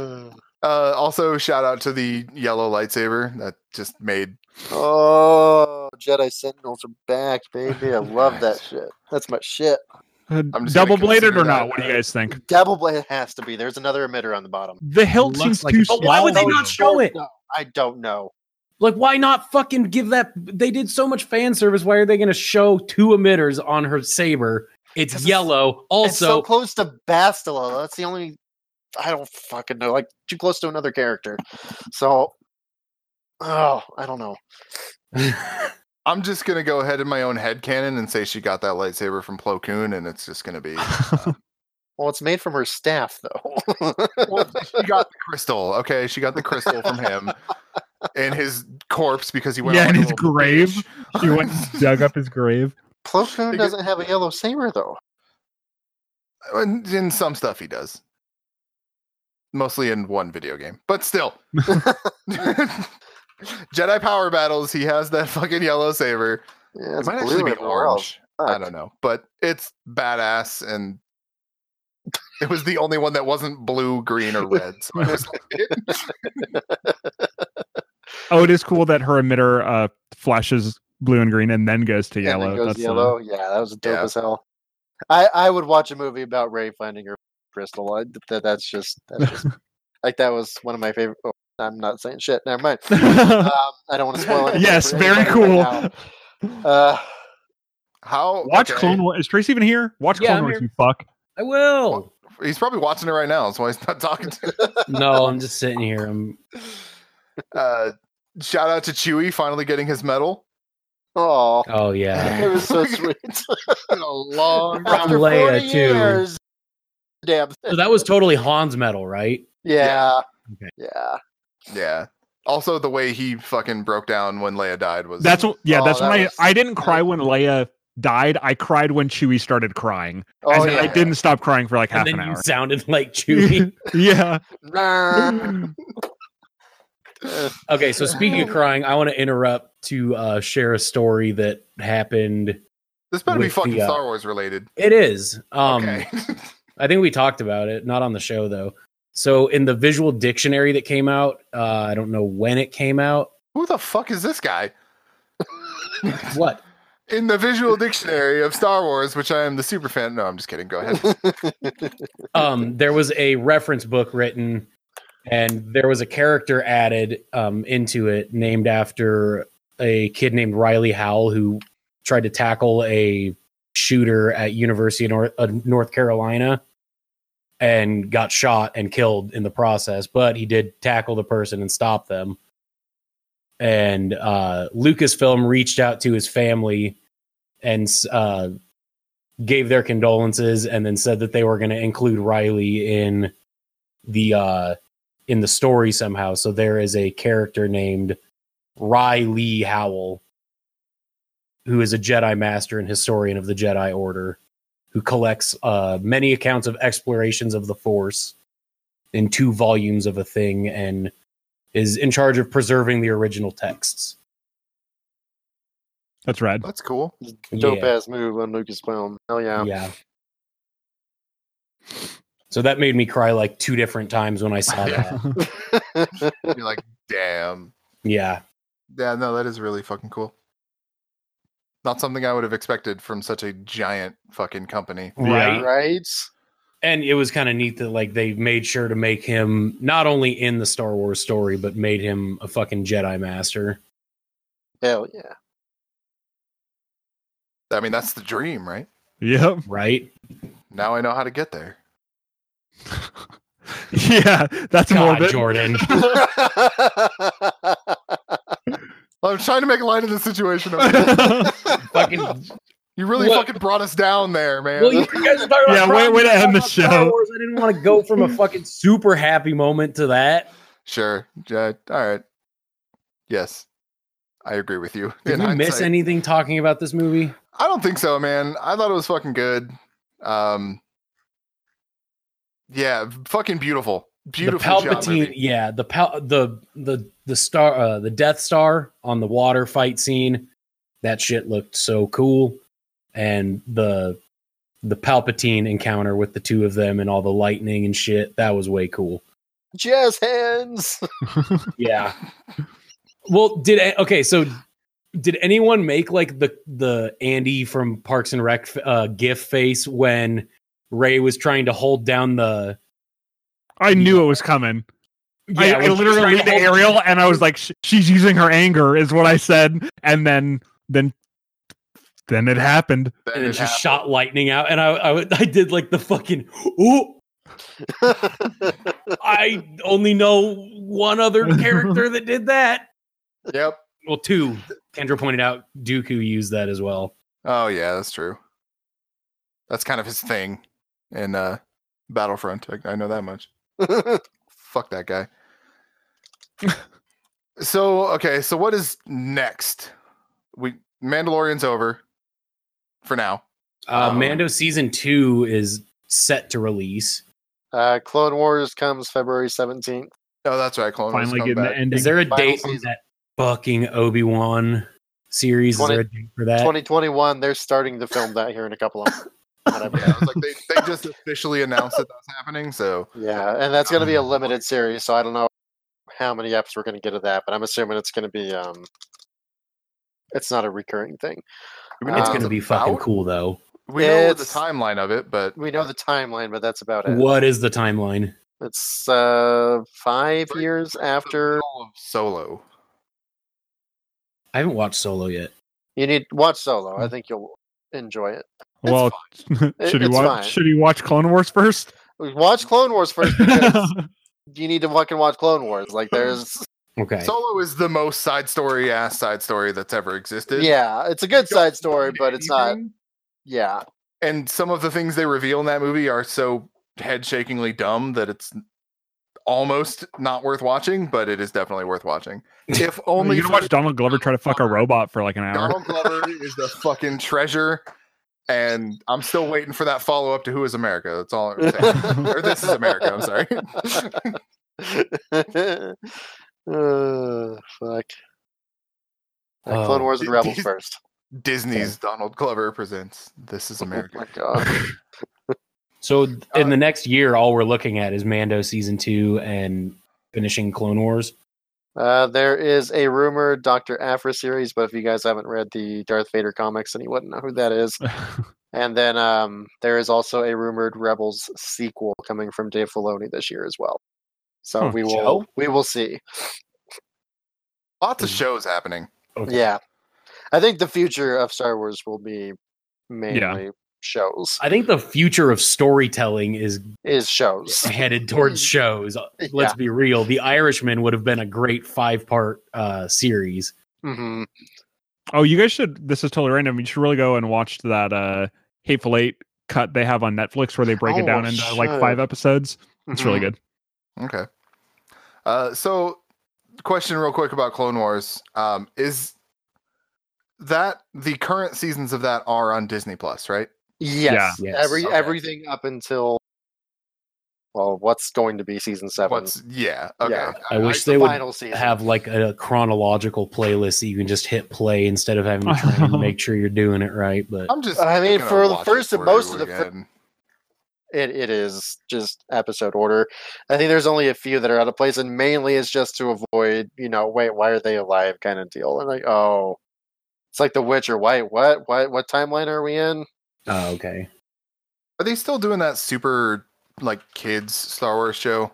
[SPEAKER 3] hell.
[SPEAKER 1] Uh, also, shout out to the yellow lightsaber that just made
[SPEAKER 3] Oh, Jedi Sentinels are back, baby! I love that shit. That's my shit.
[SPEAKER 2] Uh,
[SPEAKER 1] I'm just gonna
[SPEAKER 2] Double bladed
[SPEAKER 1] consider
[SPEAKER 2] or not?
[SPEAKER 1] that,
[SPEAKER 2] What do you
[SPEAKER 1] uh,
[SPEAKER 2] guys think?
[SPEAKER 3] Double blade has to be. There's another emitter on the bottom.
[SPEAKER 2] The hilt
[SPEAKER 4] Looks
[SPEAKER 2] seems
[SPEAKER 4] like
[SPEAKER 2] too
[SPEAKER 4] it's- But why would they
[SPEAKER 2] small.
[SPEAKER 4] not show it?
[SPEAKER 3] No, I don't know.
[SPEAKER 4] Like, why not fucking give that? They did so much fan service. Why are they going to show two emitters on her saber? It's
[SPEAKER 1] Because it's-
[SPEAKER 4] yellow.
[SPEAKER 3] It's so
[SPEAKER 4] Also,
[SPEAKER 3] close to Bastila. That's the only. I don't fucking know. Like too close to another character. So, oh, I don't know.
[SPEAKER 1] I'm just gonna go ahead in my own head canon and say she got that lightsaber from Plo Koon, and it's just gonna be uh,
[SPEAKER 3] Well, it's made from her staff, though.
[SPEAKER 1] she got the crystal. Okay, she got the crystal from him and his corpse because he went.
[SPEAKER 2] Yeah,
[SPEAKER 1] off
[SPEAKER 2] and
[SPEAKER 1] like a
[SPEAKER 2] his
[SPEAKER 1] little
[SPEAKER 2] grave.
[SPEAKER 1] bitch.
[SPEAKER 2] He went and dug up his grave.
[SPEAKER 3] Plo Koon
[SPEAKER 1] Because-
[SPEAKER 3] doesn't have a yellow saber, though.
[SPEAKER 1] In, in some stuff, he does. Mostly in one video game, but still. Jedi power battles. He has that fucking yellow saber.
[SPEAKER 3] Yeah,
[SPEAKER 1] It
[SPEAKER 3] it's
[SPEAKER 1] might
[SPEAKER 3] blue
[SPEAKER 1] actually be
[SPEAKER 3] everywhere else.
[SPEAKER 1] orange. I don't know, but it's badass, and it was the only one that wasn't blue, green, or red. So I was
[SPEAKER 2] Oh, it is cool that her emitter uh flashes blue and green and then goes to
[SPEAKER 3] And
[SPEAKER 2] yellow.
[SPEAKER 3] then goes
[SPEAKER 2] That's, uh,
[SPEAKER 3] yellow. Yeah, that was dope
[SPEAKER 1] Yeah.
[SPEAKER 3] as hell. I I would watch a movie about Ray finding her crystal. I, that that's just that's just like that was one of my favorite. Oh, I'm not saying shit. Never mind. Um, I don't want to spoil it.
[SPEAKER 2] Yes, very cool.
[SPEAKER 3] uh,
[SPEAKER 1] How
[SPEAKER 2] Watch
[SPEAKER 1] okay.
[SPEAKER 2] Clone Wars. Is Trace even here? Watch
[SPEAKER 4] Yeah,
[SPEAKER 2] Clone
[SPEAKER 4] I'm
[SPEAKER 2] Wars,
[SPEAKER 4] here.
[SPEAKER 2] you fuck.
[SPEAKER 4] I will.
[SPEAKER 1] He's probably watching it right now. That's why he's not talking to.
[SPEAKER 4] no, I'm just sitting here. I'm
[SPEAKER 1] Uh, shout out to Chewie finally getting his medal.
[SPEAKER 3] oh,
[SPEAKER 4] Oh yeah.
[SPEAKER 3] it was so sweet.
[SPEAKER 1] Been a long
[SPEAKER 4] From
[SPEAKER 3] After
[SPEAKER 4] Leia,
[SPEAKER 3] 40
[SPEAKER 4] too.
[SPEAKER 3] years. Damn.
[SPEAKER 4] So that was totally Han's medal, right?
[SPEAKER 3] Yeah.
[SPEAKER 4] Okay.
[SPEAKER 3] Yeah.
[SPEAKER 1] Yeah. Also, the way he fucking broke down when Leia died was
[SPEAKER 2] That's what yeah,
[SPEAKER 3] Oh,
[SPEAKER 2] that's
[SPEAKER 3] that
[SPEAKER 2] when
[SPEAKER 3] was-
[SPEAKER 2] I I didn't cry when Leia died. I cried when Chewie started crying.
[SPEAKER 3] Oh
[SPEAKER 2] and
[SPEAKER 3] yeah.
[SPEAKER 2] I didn't stop crying for like half
[SPEAKER 4] and
[SPEAKER 2] an
[SPEAKER 4] then you
[SPEAKER 2] hour.
[SPEAKER 4] sounded like Chewie.
[SPEAKER 2] yeah.
[SPEAKER 3] Nah.
[SPEAKER 4] Okay, so speaking of crying, I want to interrupt to uh, share a story that happened.
[SPEAKER 1] This better be
[SPEAKER 4] With the,
[SPEAKER 1] fucking
[SPEAKER 4] uh,
[SPEAKER 1] Star Wars related.
[SPEAKER 4] It is. Um,
[SPEAKER 1] okay.
[SPEAKER 4] I think we talked about it, not on the show though. So in the visual dictionary that came out, uh, I don't know when it came out.
[SPEAKER 1] Who the fuck is this guy?
[SPEAKER 4] What?
[SPEAKER 1] In the visual dictionary of Star Wars, which I am the super fan. No, I'm just kidding. Go ahead.
[SPEAKER 4] Um, there was a reference book written, and there was a character added um, into it named after a kid named Riley Howell who tried to tackle a shooter at University of North, uh, North Carolina and got shot and killed in the process. But he did tackle the person and stop them. And uh, Lucasfilm reached out to his family and uh, gave their condolences, and then said that they were going to include Riley in the uh, in the story somehow. So there is a character named Riley Howell, who is a Jedi Master and historian of the Jedi Order, who collects uh, many accounts of explorations of the Force in two volumes of a thing, and is in charge of preserving the original texts.
[SPEAKER 2] That's rad.
[SPEAKER 1] That's cool.
[SPEAKER 3] Dope
[SPEAKER 4] Yeah.
[SPEAKER 3] ass move on Lucasfilm. Hell yeah.
[SPEAKER 4] Yeah. So that made me cry like two different times when I saw
[SPEAKER 1] Yeah.
[SPEAKER 4] that.
[SPEAKER 1] You're like, damn.
[SPEAKER 4] Yeah.
[SPEAKER 1] Yeah, no, that is really fucking cool. Not something I would have expected from such a giant fucking company.
[SPEAKER 4] Right.
[SPEAKER 3] Right?
[SPEAKER 4] And it was kind of neat that like they made sure to make him not only in the Star Wars story, but made him a fucking Jedi Master.
[SPEAKER 3] Hell yeah.
[SPEAKER 1] I mean, that's the dream, right?
[SPEAKER 2] Yep.
[SPEAKER 4] Right?
[SPEAKER 1] Now I know how to get there.
[SPEAKER 2] yeah, that's
[SPEAKER 4] God,
[SPEAKER 2] morbid.
[SPEAKER 4] Jordan.
[SPEAKER 1] Oh, I'm trying to make light of the situation. over here.
[SPEAKER 4] fucking
[SPEAKER 1] you really
[SPEAKER 4] What?
[SPEAKER 1] fucking brought us down there, man.
[SPEAKER 4] Well, you guys are talking about
[SPEAKER 2] Yeah, way-
[SPEAKER 4] Prime,
[SPEAKER 2] way to
[SPEAKER 4] you're talking
[SPEAKER 2] end the
[SPEAKER 4] about Star
[SPEAKER 2] show.
[SPEAKER 4] Wars. I didn't want to go from a fucking super happy moment to that.
[SPEAKER 1] sure. Yeah, all right. Yes. I agree with you. In
[SPEAKER 4] Did we miss
[SPEAKER 1] hindsight.
[SPEAKER 4] anything talking about this movie?
[SPEAKER 1] I don't think so, man. I thought it was fucking good. Um, yeah, fucking beautiful, beautiful
[SPEAKER 4] the
[SPEAKER 1] job.
[SPEAKER 4] Palpatine,
[SPEAKER 1] movie.
[SPEAKER 4] yeah, the pal- the the the star, uh, the Death Star on the water fight scene, that shit looked so cool, and the the Palpatine encounter with the two of them and all the lightning and shit, that was way cool.
[SPEAKER 3] Jazz hands.
[SPEAKER 4] Yeah. well, did a- okay, so did anyone make like the the Andy from Parks and Rec uh, gif face when Ray was trying to hold down the
[SPEAKER 2] I knew it was coming. I,
[SPEAKER 4] when
[SPEAKER 2] I
[SPEAKER 4] she was trying
[SPEAKER 2] literally
[SPEAKER 4] to
[SPEAKER 2] read the
[SPEAKER 4] hold-
[SPEAKER 2] aerial, and I was like, "Sh- "She's using her anger," is what I said, and then then then it happened.
[SPEAKER 1] Then
[SPEAKER 4] and then
[SPEAKER 1] it
[SPEAKER 4] she
[SPEAKER 1] happened.
[SPEAKER 4] shot lightning out and I, I would- I did like the fucking ooh I only know one other character that did that.
[SPEAKER 1] Yep.
[SPEAKER 4] Well, two. Kendra pointed out Dooku used that as well.
[SPEAKER 1] Oh yeah, that's true. That's kind of his thing in uh, Battlefront. I, I know that much. Fuck that guy. so okay, so what is next? We Mandalorian's over for now.
[SPEAKER 4] Uh,
[SPEAKER 1] Um,
[SPEAKER 4] Mando season two is set to release.
[SPEAKER 3] uh, Clone Wars comes February 17th.
[SPEAKER 1] Oh, that's right. Clone Wars
[SPEAKER 2] Finally
[SPEAKER 1] come
[SPEAKER 2] getting
[SPEAKER 1] back.
[SPEAKER 2] the ending.
[SPEAKER 4] Is there a
[SPEAKER 3] Final
[SPEAKER 4] date on
[SPEAKER 3] season.
[SPEAKER 4] that fucking Obi Wan series? is there a date for that?
[SPEAKER 3] 2021, they're starting to film that here in a couple of months. Whatever.
[SPEAKER 1] Yeah, I was like, they, they just officially announced that that's happening. So
[SPEAKER 3] Yeah, and that's going to be
[SPEAKER 1] Um,
[SPEAKER 3] a limited series, so I don't know how many eps we're going to get of that, but I'm assuming it's going to be um, it's not a recurring thing.
[SPEAKER 1] I mean,
[SPEAKER 3] It's
[SPEAKER 4] it's
[SPEAKER 1] uh,
[SPEAKER 4] going to be fucking
[SPEAKER 1] about-
[SPEAKER 4] cool though.
[SPEAKER 1] We know the
[SPEAKER 3] It's-
[SPEAKER 1] timeline of it, but
[SPEAKER 3] We know the timeline, but uh, that's about it.
[SPEAKER 4] What is the timeline?
[SPEAKER 3] It's uh five
[SPEAKER 1] Right.
[SPEAKER 3] years
[SPEAKER 1] the
[SPEAKER 3] after
[SPEAKER 1] middle of Solo.
[SPEAKER 4] I haven't watched Solo yet.
[SPEAKER 3] you need watch Solo.
[SPEAKER 1] Hmm.
[SPEAKER 3] I think you'll enjoy it. It's
[SPEAKER 2] well, should he
[SPEAKER 3] It's
[SPEAKER 2] watch?
[SPEAKER 3] fine.
[SPEAKER 2] Should he watch Clone Wars first?
[SPEAKER 3] Watch Clone Wars first because you need to fucking watch Clone Wars. Like there's
[SPEAKER 4] Okay.
[SPEAKER 1] Solo is the most side story ass side story that's ever existed.
[SPEAKER 3] yeah, it's a good
[SPEAKER 1] Don't
[SPEAKER 3] side story,
[SPEAKER 1] learn
[SPEAKER 3] but it's not
[SPEAKER 1] anything,
[SPEAKER 3] yeah.
[SPEAKER 1] And some of the things they reveal in that movie are so head shakingly dumb that it's almost not worth watching, but it is definitely worth watching. If only
[SPEAKER 2] you can
[SPEAKER 1] for
[SPEAKER 2] watch Donald Glover try to fuck a robot for like an hour.
[SPEAKER 1] Donald Glover is the fucking treasure. And I'm still waiting for that follow up to Who is America. That's all I'm saying. or This is America. I'm sorry.
[SPEAKER 3] Uh, fuck. Uh,
[SPEAKER 4] Oh.
[SPEAKER 1] Um,
[SPEAKER 3] Clone Wars and Rebels first.
[SPEAKER 1] Disney's Donald Glover presents This is
[SPEAKER 3] Oh
[SPEAKER 1] America.
[SPEAKER 3] my god.
[SPEAKER 4] So th- in the next year, all we're looking at is Mando season two and finishing Clone Wars.
[SPEAKER 3] Uh, there is a rumor Doctor Aphra series, but if you guys haven't read the Darth Vader comics, then you wouldn't know who that is. And then um, there is also a rumored Rebels sequel coming from Dave Filoni this year as well. So
[SPEAKER 2] Huh,
[SPEAKER 3] we will
[SPEAKER 4] Hmm, Joe?
[SPEAKER 3] we will see.
[SPEAKER 1] Lots of shows happening.
[SPEAKER 4] Okay.
[SPEAKER 3] Yeah, I think the future of Star Wars will be mainly shows.
[SPEAKER 4] I think the future of storytelling is
[SPEAKER 3] Is shows.
[SPEAKER 4] headed towards shows. Let's
[SPEAKER 3] Yeah.
[SPEAKER 4] be real. The Irishman would have been a great five part uh, series.
[SPEAKER 3] hmm
[SPEAKER 2] oh, you guys should. This is totally random. You should really go and watch that uh, Hateful Eight cut they have on Netflix where they break
[SPEAKER 3] Oh,
[SPEAKER 2] it down
[SPEAKER 3] I
[SPEAKER 2] into like
[SPEAKER 3] should.
[SPEAKER 2] five episodes. It's
[SPEAKER 3] mm-hmm.
[SPEAKER 2] really good.
[SPEAKER 4] Mm-hmm.
[SPEAKER 1] Okay. Uh, so, question real quick about Clone Wars: um, Is that the current seasons of that are on Disney Plus, right?
[SPEAKER 3] Yes.
[SPEAKER 4] Yes.
[SPEAKER 3] Every
[SPEAKER 1] Okay.
[SPEAKER 3] everything up until well, what's going to be season seven?
[SPEAKER 1] What's yeah? Okay.
[SPEAKER 3] Yeah.
[SPEAKER 4] I wish
[SPEAKER 3] the
[SPEAKER 4] they would
[SPEAKER 3] final season?
[SPEAKER 4] have like a chronological playlist that you can just hit play instead of having to try and make sure you're doing it right. But
[SPEAKER 1] I'm just.
[SPEAKER 3] I mean,
[SPEAKER 1] gonna
[SPEAKER 3] for the
[SPEAKER 1] watch
[SPEAKER 3] first
[SPEAKER 1] it
[SPEAKER 3] of most
[SPEAKER 1] through
[SPEAKER 3] of the fir-
[SPEAKER 1] again.
[SPEAKER 3] it, it is just episode order. I think there's only a few that are out of place, and mainly it's just to avoid, you know, wait, why are they alive kind of deal. And like, oh, it's like The Witcher. Why? What? What? What timeline are we in?
[SPEAKER 4] oh, okay.
[SPEAKER 1] Are they still doing that super like kids Star Wars show?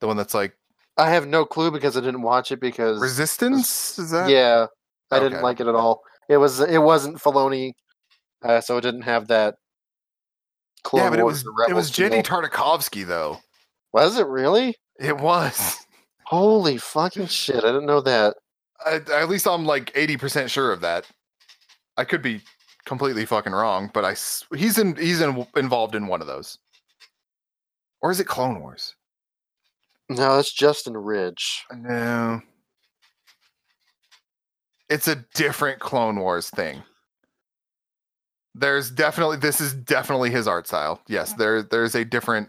[SPEAKER 1] The one that's like
[SPEAKER 3] I have no clue because I didn't watch it because
[SPEAKER 1] Resistance. Is that
[SPEAKER 3] yeah, I
[SPEAKER 1] Okay.
[SPEAKER 3] didn't like it at all. It was it wasn't Filoni, uh, so it didn't have that. Clone
[SPEAKER 1] Yeah, but it
[SPEAKER 3] Wars
[SPEAKER 1] was
[SPEAKER 3] or
[SPEAKER 1] it
[SPEAKER 3] Rebels
[SPEAKER 1] was Jenny
[SPEAKER 3] feel.
[SPEAKER 1] Tartakovsky though.
[SPEAKER 3] was it really?
[SPEAKER 1] It was.
[SPEAKER 3] Holy fucking shit! I didn't know that.
[SPEAKER 1] I, at least I'm like 80% sure of that. I could be completely fucking wrong, but I s- he's in he's in, involved in one of those. Or is it Clone Wars?
[SPEAKER 3] No, that's Justin Ridge.
[SPEAKER 1] No. It's a different Clone Wars thing. There's definitely this is definitely his art style. Yes, there there's a different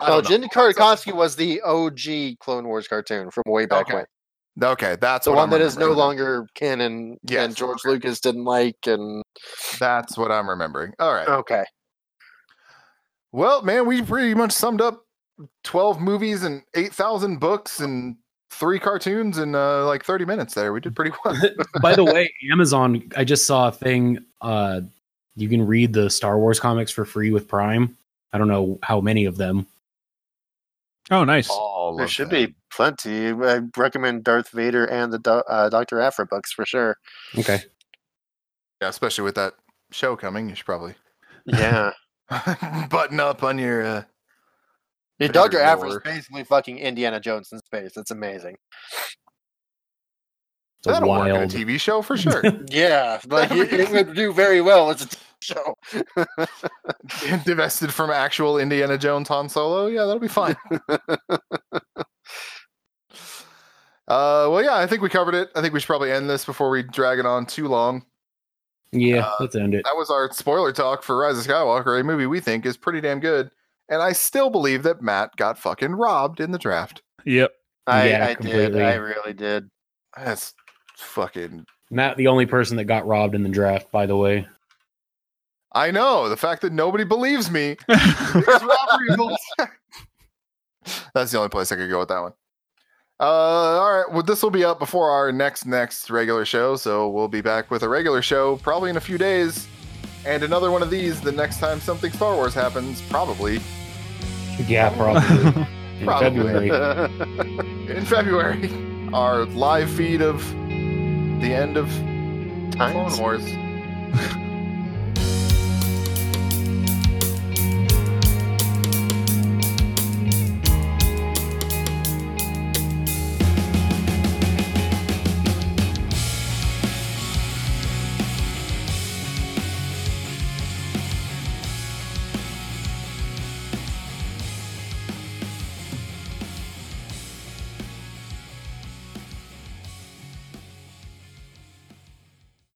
[SPEAKER 1] I
[SPEAKER 3] Oh,
[SPEAKER 1] don't know.
[SPEAKER 3] Jin Tartakovsky was the OG Clone Wars cartoon from way back
[SPEAKER 1] Okay.
[SPEAKER 3] when.
[SPEAKER 1] Okay, that's
[SPEAKER 3] The
[SPEAKER 1] what
[SPEAKER 3] one
[SPEAKER 1] I'm
[SPEAKER 3] that is no
[SPEAKER 1] remembering.
[SPEAKER 3] longer canon
[SPEAKER 1] Yes,
[SPEAKER 3] and George
[SPEAKER 1] okay.
[SPEAKER 3] Lucas didn't like and
[SPEAKER 1] That's what I'm remembering. All right.
[SPEAKER 3] Okay.
[SPEAKER 1] Well, man, we pretty much summed up 12 movies and 8,000 books and three cartoons in uh, like 30 minutes there. We did pretty well.
[SPEAKER 4] By the way, Amazon, I just saw a thing. Uh, you can read the Star Wars comics for free with Prime. I don't know how many of them.
[SPEAKER 2] Oh, nice.
[SPEAKER 1] All
[SPEAKER 3] There
[SPEAKER 1] of
[SPEAKER 3] should
[SPEAKER 1] them.
[SPEAKER 3] be plenty. I recommend Darth Vader and the Do- uh, Dr. Afra books for sure.
[SPEAKER 4] Okay.
[SPEAKER 1] Yeah, especially with that show coming, you should probably
[SPEAKER 3] Yeah.
[SPEAKER 1] button up on your. Uh...
[SPEAKER 3] Yeah,
[SPEAKER 1] Pretty
[SPEAKER 3] Dr.
[SPEAKER 1] good
[SPEAKER 3] Afra is
[SPEAKER 1] lore.
[SPEAKER 3] basically fucking Indiana Jones in space. It's amazing.
[SPEAKER 4] It's a
[SPEAKER 1] That'll work in a
[SPEAKER 4] wild.
[SPEAKER 1] TV show for sure.
[SPEAKER 3] Yeah. Like it, it would do very well as a TV show.
[SPEAKER 1] Divested from actual Indiana Jones Han Solo. Yeah, that'll be fine. Uh, well, yeah, I think we covered it. I think we should probably end this before we drag it on too long.
[SPEAKER 4] Yeah,
[SPEAKER 1] Uh,
[SPEAKER 4] let's end it.
[SPEAKER 1] that was our spoiler talk for Rise of Skywalker, a movie we think is pretty damn good. And I still believe that Matt got fucking robbed in the draft.
[SPEAKER 2] Yep.
[SPEAKER 3] I,
[SPEAKER 4] Yeah,
[SPEAKER 3] I did.
[SPEAKER 4] completely.
[SPEAKER 3] I really did.
[SPEAKER 1] That's fucking.
[SPEAKER 4] Not the only person that got robbed in the draft, by the way.
[SPEAKER 1] I know the fact that nobody believes me. Biggest robbery of all time. That's the only place I could go with that one. Uh, all right. Well, this will be up before our next next regular show, so we'll be back with a regular show probably in a few days, and another one of these the next time something Star Wars happens, probably
[SPEAKER 4] Yeah, probably. In
[SPEAKER 1] Probably.
[SPEAKER 4] February.
[SPEAKER 1] in February. Our live feed of the end of Clone
[SPEAKER 3] Times.
[SPEAKER 1] Wars.